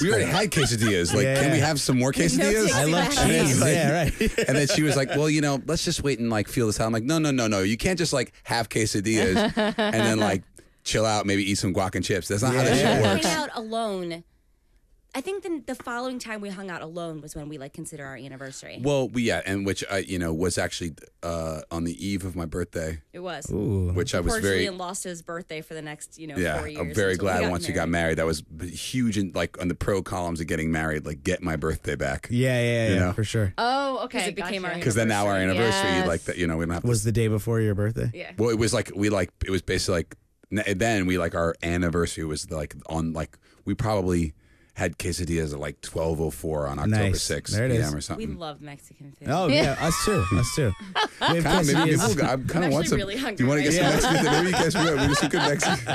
"We already had quesadillas. Like,
Yeah.
can we have some more quesadillas?"
I love
And it's
cheese.
like-
yeah, right.
and then she was like, "Well, you know, let's just wait and like feel this out." I'm like, "No, no, no, no. You can't just like have quesadillas and then like chill out, maybe eat some guac and chips. That's not how this shit
Yeah.
works."
Hang out alone. I think the, the following time we hung out alone was when we like consider our anniversary.
Well, we, yeah, and which I, you know, was actually uh, on the eve of my birthday,
It was.
Ooh.
which I was
Poor
very,
Julian lost his birthday for the next, you know,
yeah,
four years.
I'm very
until
glad
we got
once we got
married.
married. That was b- huge, in like on the pro columns of getting married, like get my birthday back,
yeah, yeah, yeah,
know?
for sure.
Oh, okay,
'Cause it became
gotcha.
our-
because then now our anniversary,
Yes.
like that, you know, we don't have. To,
Was the day before your birthday?
Yeah.
well, it was like we like it was basically like n- then we like our anniversary was like on like we probably had quesadillas at like 12:04 on October
Nice.
6
There it
p.m.
is.
or
We
something.
love Mexican food.
Oh yeah, us too. Us too. We have
Kinda, maybe, maybe
quesadillas.
we'll go. I'm kind of want
actually
some.
really
do
hungry
you want to get
right
some Mexican? Maybe you guys we we just good Mexican.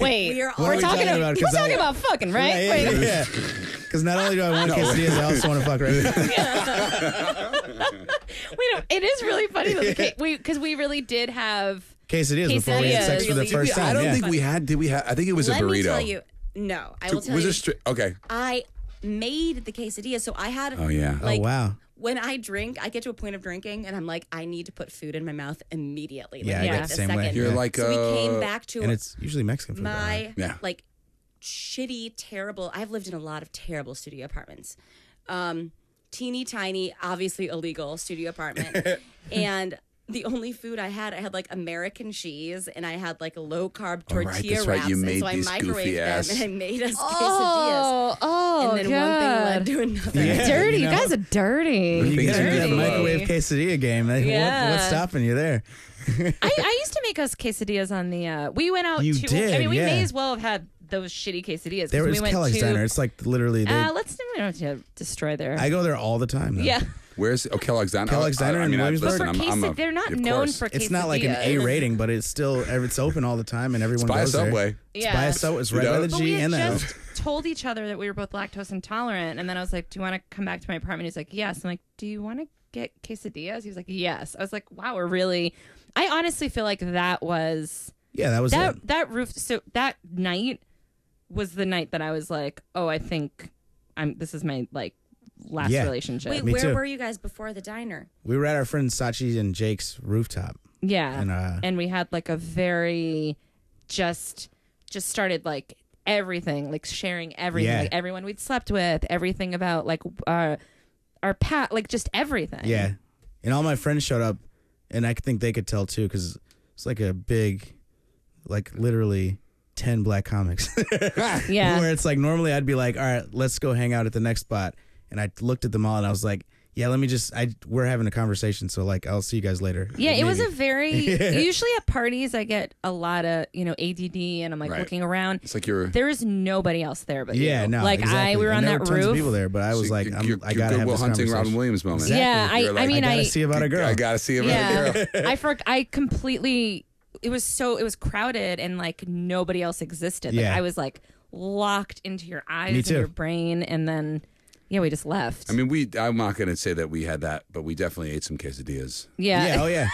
Wait,
We
we
are
are
all- What are
we're
we
talking,
talking
about,
about?
we're
'Cause I-
talking about fucking right.
Yeah,
Wait,
yeah, yeah. Because not only do I want quesadillas, I also want to fuck right now.
we don't- it is really funny though, because we, 'cause we really did have.
Quesadillas before we had sex for the
Quesadillas.
first
Yeah,
time.
I don't
yeah.
think we had. Did we have? I think it was
Let
a burrito.
me tell you. No, I will tell
was
you.
it straight? Okay.
I made the quesadilla, so I had.
Oh yeah.
oh
like,
wow.
When I drink, I get to a point of drinking, and I'm like, I need to put food in my mouth immediately. Like,
Yeah, I
right
get
this
the same way.
second.
You're
Yeah.
like.
so we
uh,
came back to
And it's usually Mexican food. though, right?
my
Yeah.
like shitty, terrible. I've lived in a lot of terrible studio apartments. Um, teeny tiny, obviously illegal studio apartment. and the only food I had, I had like American cheese and I had like low carb
Oh, right,
tortilla
that's right,
wraps.
you
and
made
so I
these
microwaved
goofy
them
ass-
and I made us quesadillas.
Oh, oh,
And then one
God.
thing led to another.
Yeah.
dirty. You,
You know?
guys are dirty.
You
Things
guys are
you
into
never
that
love.
microwave quesadilla game. Like, what-
Yeah.
what's stopping you there?
I, I used to make us quesadillas on the. Uh, we went out
You
to. I
did,
mean, we
yeah.
may as well have had those shitty quesadillas. 'cause
There
we
was
went
Kellogg's
to,
Diner. It's like literally they.
Uh, let's we don't have to destroy their.
I go there all the time. Though.
yeah,
Where's oh Kellogg's Diner?
Kellogg's
Oh, I-
Diner
I,
in
mean, I,
Williamsburg?
but
listen,
for
I'm, I'm
quesadillas,
a,
they're not
of
known
course.
for quesadillas.
It's not like an A rating, but it's still it's open all the time and everyone
by
goes there.
Subway.
It's by
Yeah.
a Subway. It's
You
right
know?
by the
But we
G
had
and the O.
just told each other that we were both lactose intolerant, and then I was like, "Do you want to come back to my apartment?" He's like, "Yes." I'm like, "Do you want to get quesadillas?" He was like, "Yes." I was like, "Wow, we're really." I honestly feel like that was
Yeah, that was
that
it.
that roof. So that night was the night that I was like, "Oh, I think I'm. This is my like last
Yeah.
relationship."
Wait,
Me
where
too.
were you guys before the diner?
We were at our friend Sachi and Jake's rooftop.
yeah,
And, uh,
and we had like a very just just started like everything like sharing everything
Yeah.
like everyone we'd slept with everything about like our our pat like just everything
Yeah, and all my friends showed up, and I think they could tell too because it's like a big, like literally ten black comics.
yeah
Where it's like normally I'd be like, all right, let's go hang out at the next spot, and I looked at them all and I was like, yeah, let me just I we're having a conversation, so like I'll see you guys later.
yeah it was a
Maybe.
very usually at parties i get a lot of you know add and i'm like
Right.
looking around
It's like you're.
there is nobody else there but
yeah,
you.
no,
like
exactly.
i we were
And
on
there
that
were tons of
roof
people there, but I was like,
you're,
I'm,
you're,
I gotta
you're
have
Goodwill
this
hunting
conversation.
Robin Williams moment.
Exactly.
Yeah, I-
You're
I
like,
mean,
I gotta
I-
see about a girl.
I gotta see him.
yeah
Right there.
i for i completely it was so it was crowded and like nobody else existed like,
Yeah.
i was like locked into your eyes
Me
and
too.
your brain and then yeah we just left
I mean, we. I'm not gonna say that we had that, but we definitely ate some quesadillas.
yeah,
yeah, oh yeah.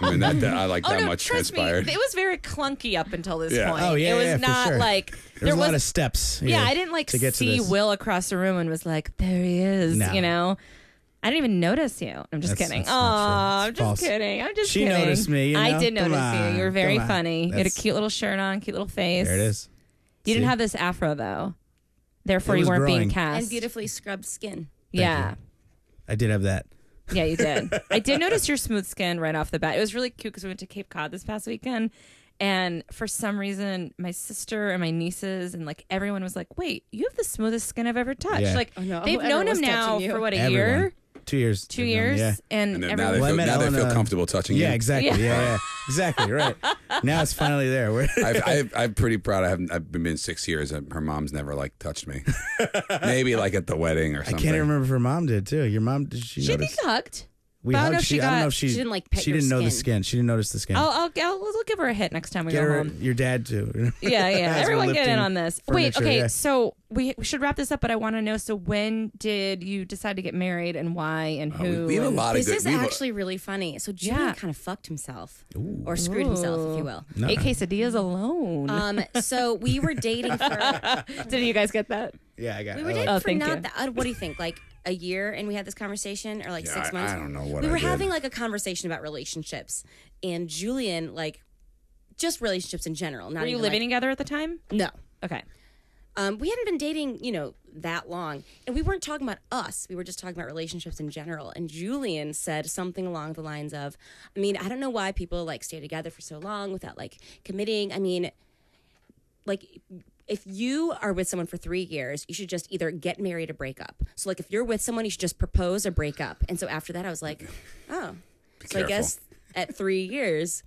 I mean, that, that- I like
Oh
that
no!
much
trust
transpired.
me, it was very clunky up until this
Yeah.
point.
Oh, yeah,
it was
yeah, for
not
sure.
like
There's
there
a
was.
lot of steps.
yeah,
here
I didn't like
to get to
see
this.
Will across the room and was like, "There he is,"
No.
you know. I didn't even notice you. I'm just
That's-
kidding.
that's
Oh,
not true.
I'm
It's
just
false.
kidding. I'm just
She
kidding.
noticed me, you
I
know?
did
Come
notice you. You were
on,
very
come on.
funny. You had a
That's-
cute little shirt on, cute little face.
There it is.
You
See?
didn't have this afro though. Therefore,
It
you
was
weren't
growing.
being cast.
and beautifully scrubbed skin.
Yeah.
I did have that.
Yeah, you did. I did notice your smooth skin right off the bat. It was really cute because we went to Cape Cod this past weekend. And for some reason, my sister and my nieces and like everyone was like, wait, you have the smoothest skin I've ever touched.
Yeah.
Like,
I know.
they've
Oh, Everyone
known him
was
now
touching you.
for what, a
Everyone.
year?
Two years.
Two
They've known me,
years?
yeah.
And,
And then now
everyone.
they
Well, I
feel,
met
now they
Ellen,
feel
uh,
comfortable touching
Yeah,
you.
exactly.
Yeah.
Yeah, yeah, exactly. Right. now it's finally there. We're,
I've, I've, I'm pretty proud. I haven't. I've been in six years. and Her mom's never like touched me. Maybe like at the wedding or
I
something.
can't remember if her mom did too. Your mom did she,
She
notice?
gets hugged.
we
but I don't
hugged.
know if
she,
she
I don't
got-
know if she,
she didn't, like, pet
She
your
didn't know the
skin.
skin. She didn't notice the skin.
I'll, I'll, I'll, we'll give her a hit next time we
Get
go
her,
home.
your dad too.
Yeah, yeah.
As we're
Everyone get in
lifting
on this. Wait,
furniture,
okay.
yeah.
So we, we should wrap this up, but I want to know. So when did you decide to get married, and why, and
Uh, we-
who?
we, have a
and-
lot of
This
good.
is
we have a-
actually really funny. So Julian
Yeah.
kind of fucked himself or screwed himself, if you will.
No.
Eight quesadillas alone.
Um, so we were dating for
Did you guys get that?
yeah, I got.
we
it.
were
I
dating
like-
Oh,
for
thank
not
you.
that. uh, What do you think? Like a year, and we had this conversation, or like
Yeah,
six
I-
months.
I don't know what
we
I
were
did.
having like a conversation about relationships, and Julian like just relationships in general. Not
Were you
even,
living
like-
together at the time?
no.
Okay.
Um, we hadn't been dating, you know, that long, and we weren't talking about us. We were just talking about relationships in general. And Julian said something along the lines of, "I mean, I don't know why people like stay together for so long without like committing. I mean, like." If you are with someone for three years, you should just either get married or break up. So, like, if you're with someone, you should just propose or break up. And so, after that, I was like, oh. So, I
careful.
guess at three years,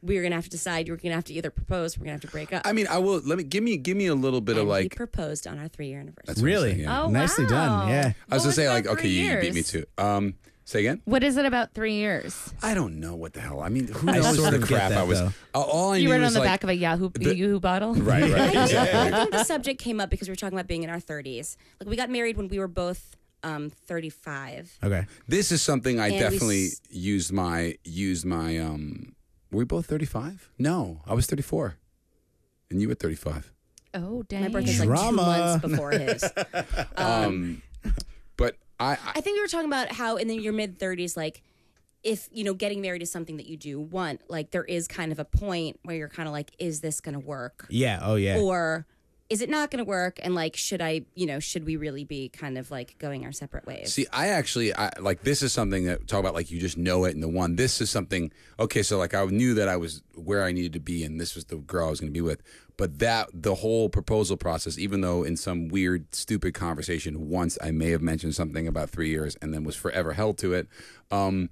we were going to have to decide you were going to have to either propose or we're going to have to break up.
I mean, I will. Let me give me give me a little bit of
and he
like.
proposed on our three year anniversary.
really
Yeah.
Oh,
nicely
wow.
done. Yeah.
I
What
was gonna say
it
like,
about
okay,
three
you, you beat me
years?
too. Um, say again.
What is it about three years?
I don't know what the hell. I mean, who
I
knows
sort
the
of get
crap
that,
I was.
though.
Uh, all I
You
knew
were on
was,
the
like,
back of a Yahoo Yahoo bottle.
Right, right,
I
exactly.
think the subject came up because we were talking about being in our 30s. Like we got married when we were both um, 35.
Okay.
This is something I
And we
definitely
s-
used my used my. um Were we both thirty five? No, I was thirty four, and you were thirty five.
Oh, dang.
My birthday's like two
Drama.
months before his. Um,
Um, but I, I
I think we were talking about how in your mid 30s, like if you know getting married is something that you do want, like there is kind of a point where you're kind of like, is this going to work
Yeah. Oh yeah.
or is it not going to work? And like, should I, you know, should we really be kind of like going our separate ways?
See, I actually I, like this is something that talk about like you just know it and the one. This is something okay. So like I knew that I was where I needed to be and this was the girl I was going to be with. But that the whole proposal process, even though in some weird stupid conversation once I may have mentioned something about three years and then was forever held to it. Um,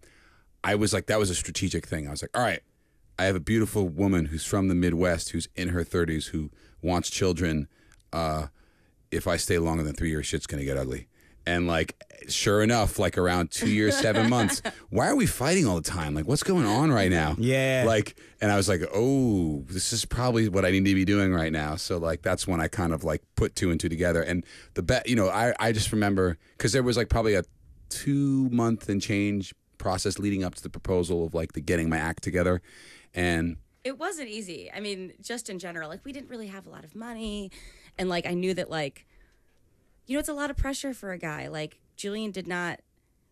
I was like that was a strategic thing. I was like, all right, I have a beautiful woman who's from the Midwest, who's in her thirties, who wants children. Uh, if I stay longer than three years, shit's gonna get ugly. And like, sure enough, like around two years, seven months, why are we fighting all the time? Like, what's going on right now?
Yeah.
Like, and I was like, oh, this is probably what I need to be doing right now. So like, that's when I kind of like put two and two together. And the bet, you know, I I just remember because there was like probably a two month and change process leading up to the proposal of like the getting my act together, and.
it wasn't easy. I mean, just in general, like we didn't really have a lot of money, and like I knew that like, you know, it's a lot of pressure for a guy. Like Julian did not.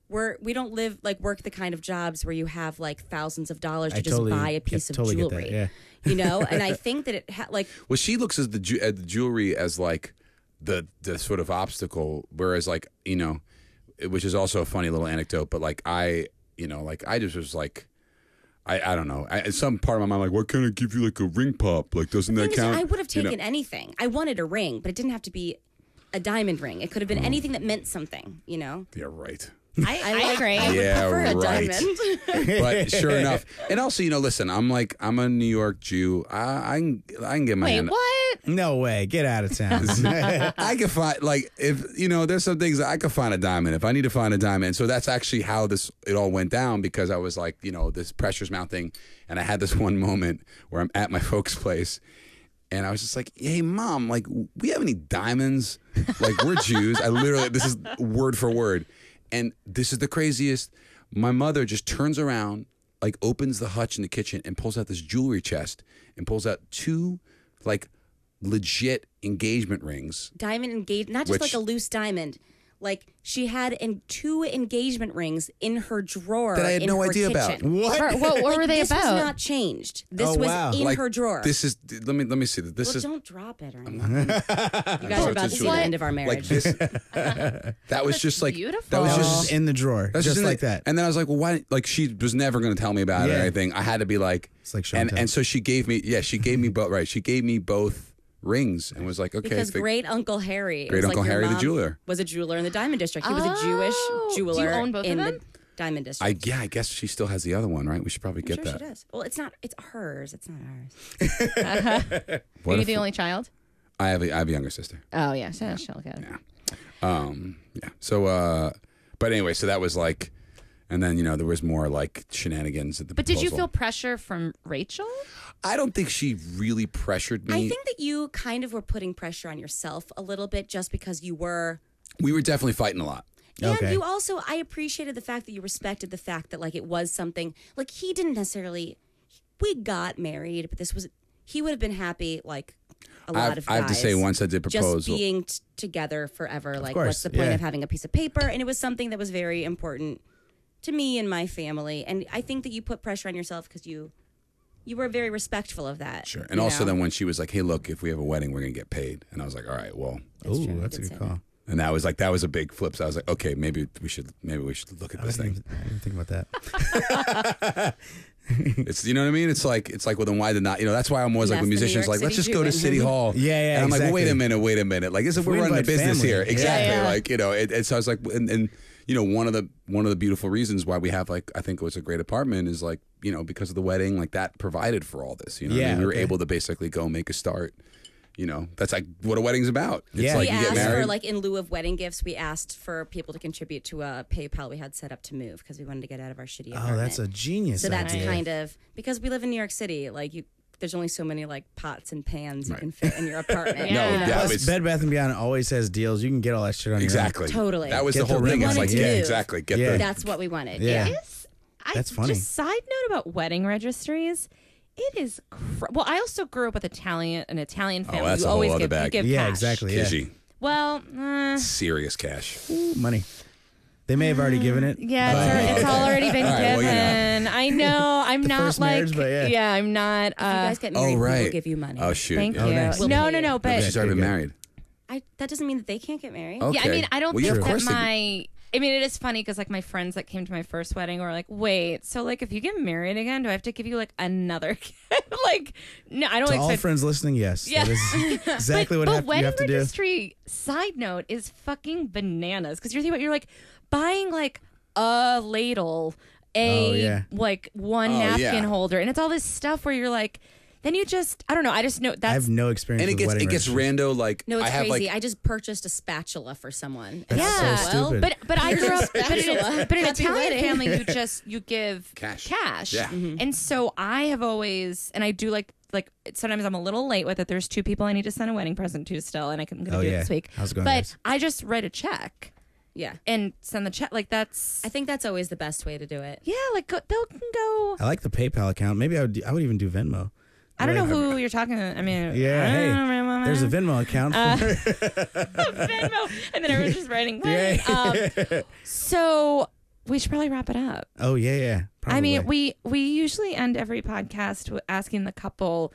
We're we don't live like work the kind of jobs where you have like thousands of dollars to
I
just
totally
buy a
get-
piece of
totally get that,
jewelry.
yeah.
You know, and I think that it ha- like
Well, she looks at the, ju- at the jewelry as like the the sort of obstacle, whereas like you know, it- which is also a funny little anecdote. But like I, you know, like I just was like, I I don't know. I, some part of my mind like, why can't I give you like a ring pop? Like, doesn't that
thing is,
count?
I would have
You know?
taken anything. I wanted a ring, but it didn't have to be a diamond ring. It could have been
Mm.
anything that meant something. You know,
Yeah, right.
I,
like-
agree.
I would
Yeah,
prefer a
right.
diamond.
But sure enough, and also you know, listen, I'm like I'm a New York Jew. I I can, I can get my
Wait,
hand.
what?
No way. Get out of town.
I could find like if you know there's some things I could find a diamond if I need to find a diamond. So that's actually how this it all went down because I was like you know this pressure's mounting, and I had this one moment where I'm at my folks' place, and I was just like, hey mom, like we have any diamonds? Like we're Jews. I literally this is word for word, and this is the craziest. My mother just turns around, like opens the hutch in the kitchen and pulls out this jewelry chest and pulls out two like legit engagement rings
diamond engaged, not just like
Which-
a loose diamond, Like she had in two engagement rings in her drawer
That I had
in
no
her
idea about.
kitchen.
What?
Or what, what
Like,
were they
this
about?
was not changed. This
Oh,
was
wow.
in
Like,
her drawer.
This is let me let me see that. This
well,
is
don't drop it. Or anything. you guys are
so
about to see
situated.
the end of our
like
marriage.
this. that was just like that was
That was
just
just in the drawer,
That's
just
in
like
it.
that.
And then I was like, well, why? Like, she was never going to tell me about it or
Yeah.
anything. I had to be like,
It's like show and
and,
tell.
and so she gave me, yeah, she gave me both, right? She gave me both rings and was like, okay,
because
fig-
great Uncle Harry, it
Great
was
Uncle
like your
Harry the
mom
jeweler.
was a jeweler in the Diamond District. He was a
Oh.
Jewish
Do you
jeweler
own both of
in the
them?
Diamond District.
I, yeah, I guess she still has the other one, right? We should probably
I'm
get
sure
that.
she does. Well, it's not. It's hers. It's not ours.
Are
What
you
if-
the only child?
I have a, I have a younger sister.
Oh yeah, so she'll get it.
Um, yeah. So, uh, but anyway, so that was like, and then you know there was more like shenanigans at the.
But did you feel
proposal.
pressure from Rachel?
I don't think she really pressured me.
I think that you kind of were putting pressure on yourself a little bit just because you were.
we were definitely fighting a lot.
And
Okay.
you also, I appreciated the fact that you respected the fact that, like, it was something. Like, he didn't necessarily. We got married, but this was. He would have been happy, like, a lot
I've-
of guys.
I have to say, once I did
Just
proposal,
being t- together forever. like,
course,
what's the point
yeah.
of having a piece of paper? And it was something that was very important to me and my family. And I think that you put pressure on yourself because you. You were very respectful of that.
Sure. And
you
also,
know?
then when she was like, "Hey, look, if we have a wedding, we're gonna get paid," and I was like, "All right, well,"
Ooh,
true. I
that's a
did
good
say
call.
and that was like that was a big flip. So I was like, "Okay, maybe we should maybe we should look at
I
this
didn't,
thing."
even, I didn't think about that.
It's you know what I mean? It's like it's like well then why did not? You know that's why I'm always like
Yes, the New
with musicians
York
like
City
let's just go to
Jew.
City Hall.
Yeah, yeah,
And I'm like, well, wait a
exactly.
minute, wait a minute. Like, this is
we
we're running a
invite
business
family.
here,
Yeah.
exactly.
Yeah.
Like you know, it, and so I was like, and, and you know one of the one of the beautiful reasons why we have like I think it was a great apartment is like you know because of the wedding like that provided for all this. You know, what I
Yeah,
mean? we were
okay.
able to basically go make a start. You know, that's like what a wedding's about. It's
Yeah.
like
we
you get
asked
married.
for like in lieu of wedding gifts, we asked for people to contribute to a PayPal we had set up to move because we wanted to get out of our shitty
Oh,
apartment.
that's a genius.
so that's
idea.
kind of because we live in New York City. Like you, there's only so many like pots and pans you can fit in your apartment.
no,
Yeah.
that
Plus,
was
Bed Bath and Beyond always has deals. You can get all that shit on your own.
Exactly.
Totally.
That was
Get
the whole
the
thing.
ring
It's
on
like,
it
yeah,
too.
exactly. Get
Yeah.
the.
That's what we wanted.
Yeah.
Yes. I,
That's funny.
Just side note about wedding registries. It is cr- well. I also grew up with Italian, an Italian family.
Oh, that's
you
a whole
always
other
give, you
bag.
give
Yeah,
cash.
exactly. Yeah.
Kizzy.
Well, uh,
Serious cash.
Ooh, money. They may have already given it.
Yeah, it's, al- it's already been
All right, well,
given.
you know.
I know. I'm not
first
like.
marriage, but yeah.
I'm not.
If you
Uh,
guys get
Oh,
married,
right.
we'll give you money.
Oh, shoot.
thank
yeah.
you.
nice.
We'll
No,
pay
no,
you.
no. But
She's already been married.
I, that doesn't mean that they can't get married.
Okay.
yeah, I mean, I don't
Well, yeah,
think
of
that
course they-
my. I mean, it is funny because like my friends that came to my first wedding were like, "Wait, so like if you get married again, do I have to give you like another kid?" like, no, I don't
To all
expect.
friends listening, yes.
Yeah.
That is exactly what
but
hap-
wedding
you have to do.
registry side note is fucking bananas because you're thinking about you're like buying like a ladle, a
Oh, yeah.
like one
Oh,
napkin
yeah.
holder, and it's all this stuff where you're like, then you just I don't know. I just know
I
that's
have no experience
And it
with
gets
wedding
it gets
registry.
rando like
no, it's
I have
crazy.
like
I just purchased a spatula for someone. And
That's
I was
so
like, well,
stupid.
But but I grew up. But in, a, but in an
Happy
Italian
wedding.
family, you just you give
Cash.
cash. Mm-hmm.
Yeah. Mhm.
And so I have always, and I do like like sometimes I'm a little late with it. There's two people I need to send a wedding present to still, and I can, I'm gonna
Oh,
do
yeah.
it this week.
How's it going,
but
guys?
I just write a check
yeah,
and send the check. Like that's
I think that's always the best way to do it.
yeah. Like go, they'll can go.
I like the PayPal account. Maybe I would. do- I would even do Venmo.
I don't know who uh, you're talking. to. I mean,
Yeah.
I
Hey,
don't know.
there's a Venmo account. For,
Venmo, and then everyone's just writing.
Yeah.
Um, so we should probably wrap it up.
oh yeah, yeah. Probably.
I mean, we we usually end every podcast with asking the couple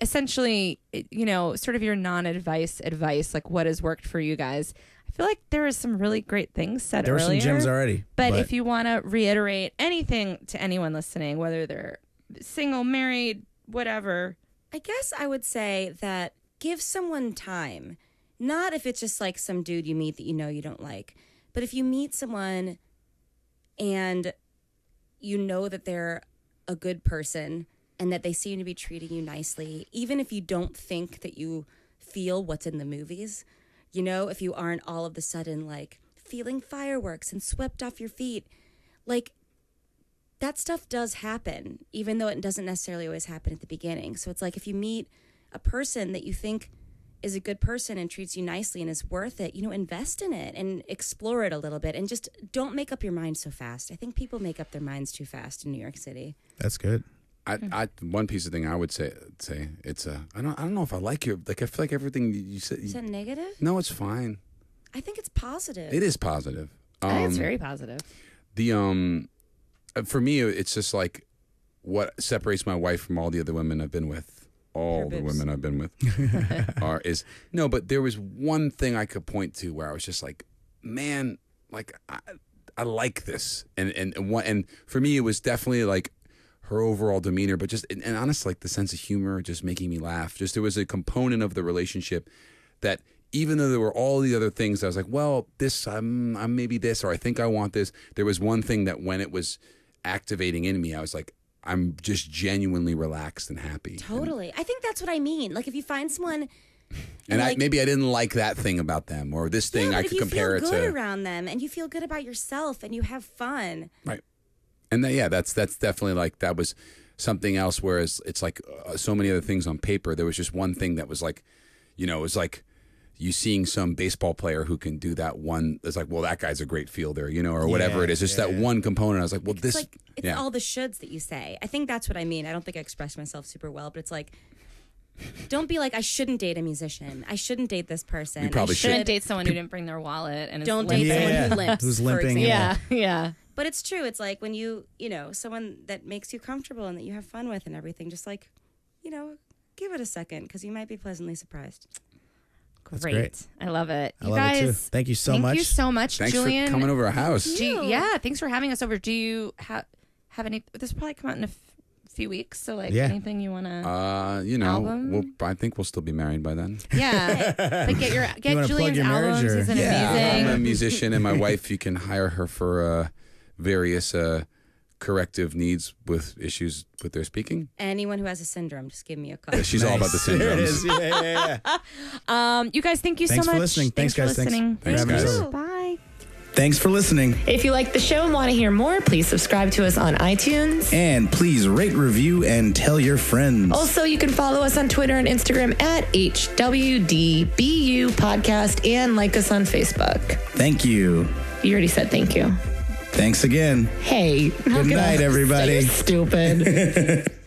essentially, eh, you know, sort of your non-advice advice, like what has worked for you guys. I feel like there was some really great things said
there were
earlier.
some gems already.
but, if you want to reiterate anything to anyone listening, whether they're single, married, whatever,
I guess I would say that give someone time. Not if it's just like some dude you meet that you know you don't like, but if you meet someone and you know that they're a good person and that they seem to be treating you nicely, even if you don't think that you feel what's in the movies, you know, if you aren't all of the sudden like feeling fireworks and swept off your feet, like that stuff does happen, even though it doesn't necessarily always happen at the beginning. So it's like if you meet a person that you think is a good person and treats you nicely and is worth it, you know, invest in it and explore it a little bit and just don't make up your mind so fast. I think people make up their minds too fast in New York City.
that's good.
I, I one piece of thing I would say say uh, it's a I don't I don't know if I like your like I feel like everything you said.
Is
You,
that negative?
no, it's fine.
I think it's positive.
It is positive.
I think
Um,
it's very positive.
the um, uh, for me, it's just like what separates my wife from all the other women I've been with. All the women I've been with are is no, but there was one thing I could point to where I was just like, man, like I, I like this, and and and, one, and for me, it was definitely like her overall demeanor, but just and, and honestly, like the sense of humor, just making me laugh. Just there was a component of the relationship that even though there were all the other things, that I was like, well, this I'm I'm maybe this, or I think I want this. There was one thing that when it was activating in me, I was like, I'm just genuinely relaxed and happy.
Totally. I think that's what I mean. Like if you find someone
And, I,
like-
maybe I didn't like that thing about them, or this
yeah,
thing
but
I
if
could
you
compare
feel
it
good
to.
around them and you feel good about yourself and you have fun.
Right. And that, yeah, that's that's definitely like that was something else. Whereas it's like uh, so many other things on paper, there was just one thing that was like, you know, it was like you seeing some baseball player who can do that one. It's like, well, that guy's a great fielder, you know, or whatever
Yeah,
it is. Just
yeah,
that
yeah.
one component. I was like, well,
It's
this,
like it's
yeah,
all the shoulds that you say. I think that's what I mean. I don't think I expressed myself super well, but it's like don't be like I shouldn't date a musician. I shouldn't date this person.
You probably
I
should.
Shouldn't date someone who didn't bring their wallet and is
Don't
like-
date someone
Yeah.
who limps.
Who's
for
limping,
example.
Yeah.
Yeah, yeah.
But it's true. It's like when you, you know, someone that makes you comfortable and that you have fun with and everything, just like, you know, give it a second because you might be pleasantly surprised.
That's
great.
great.
I love it.
I
you
love
guys,
it too. Thank you so
thank
much.
you so much,
thanks
Julian.
for coming over our house.
Do you-
Yeah.
yeah, thanks for having us over. Do you have have any? This will probably come out in a f- few weeks. So like
Yeah.
anything you want to?
Uh, you know,
Album?
we'll, I think we'll still be married by then.
yeah, but get your
You
get
wanna plug
Julian's
your marriage,
albums.
or-
It's an
I'm a
amazing.
musician, and my wife, you can hire her for uh, various uh, corrective needs with issues with their speaking.
Anyone who has a syndrome, just give me a call.
Yeah, she's all about the
Nice. There it
syndromes.
is. Yeah, yeah, yeah.
Um, you guys, thank you
Thanks
so
for
much.
listening. Thanks,
Thanks,
guys.
for
Thanks.
listening.
Thanks for having us over.
Bye.
Thanks for listening.
If you like the show and want to hear more, please subscribe to us on iTunes.
And please rate, review, and tell your friends.
Oh.
Also, you can follow us on Twitter and Instagram at HWDBU Podcast and like us on Facebook.
Thank you.
You already said thank you.
Thanks again.
Hey,
Good night, everybody.
Stupid.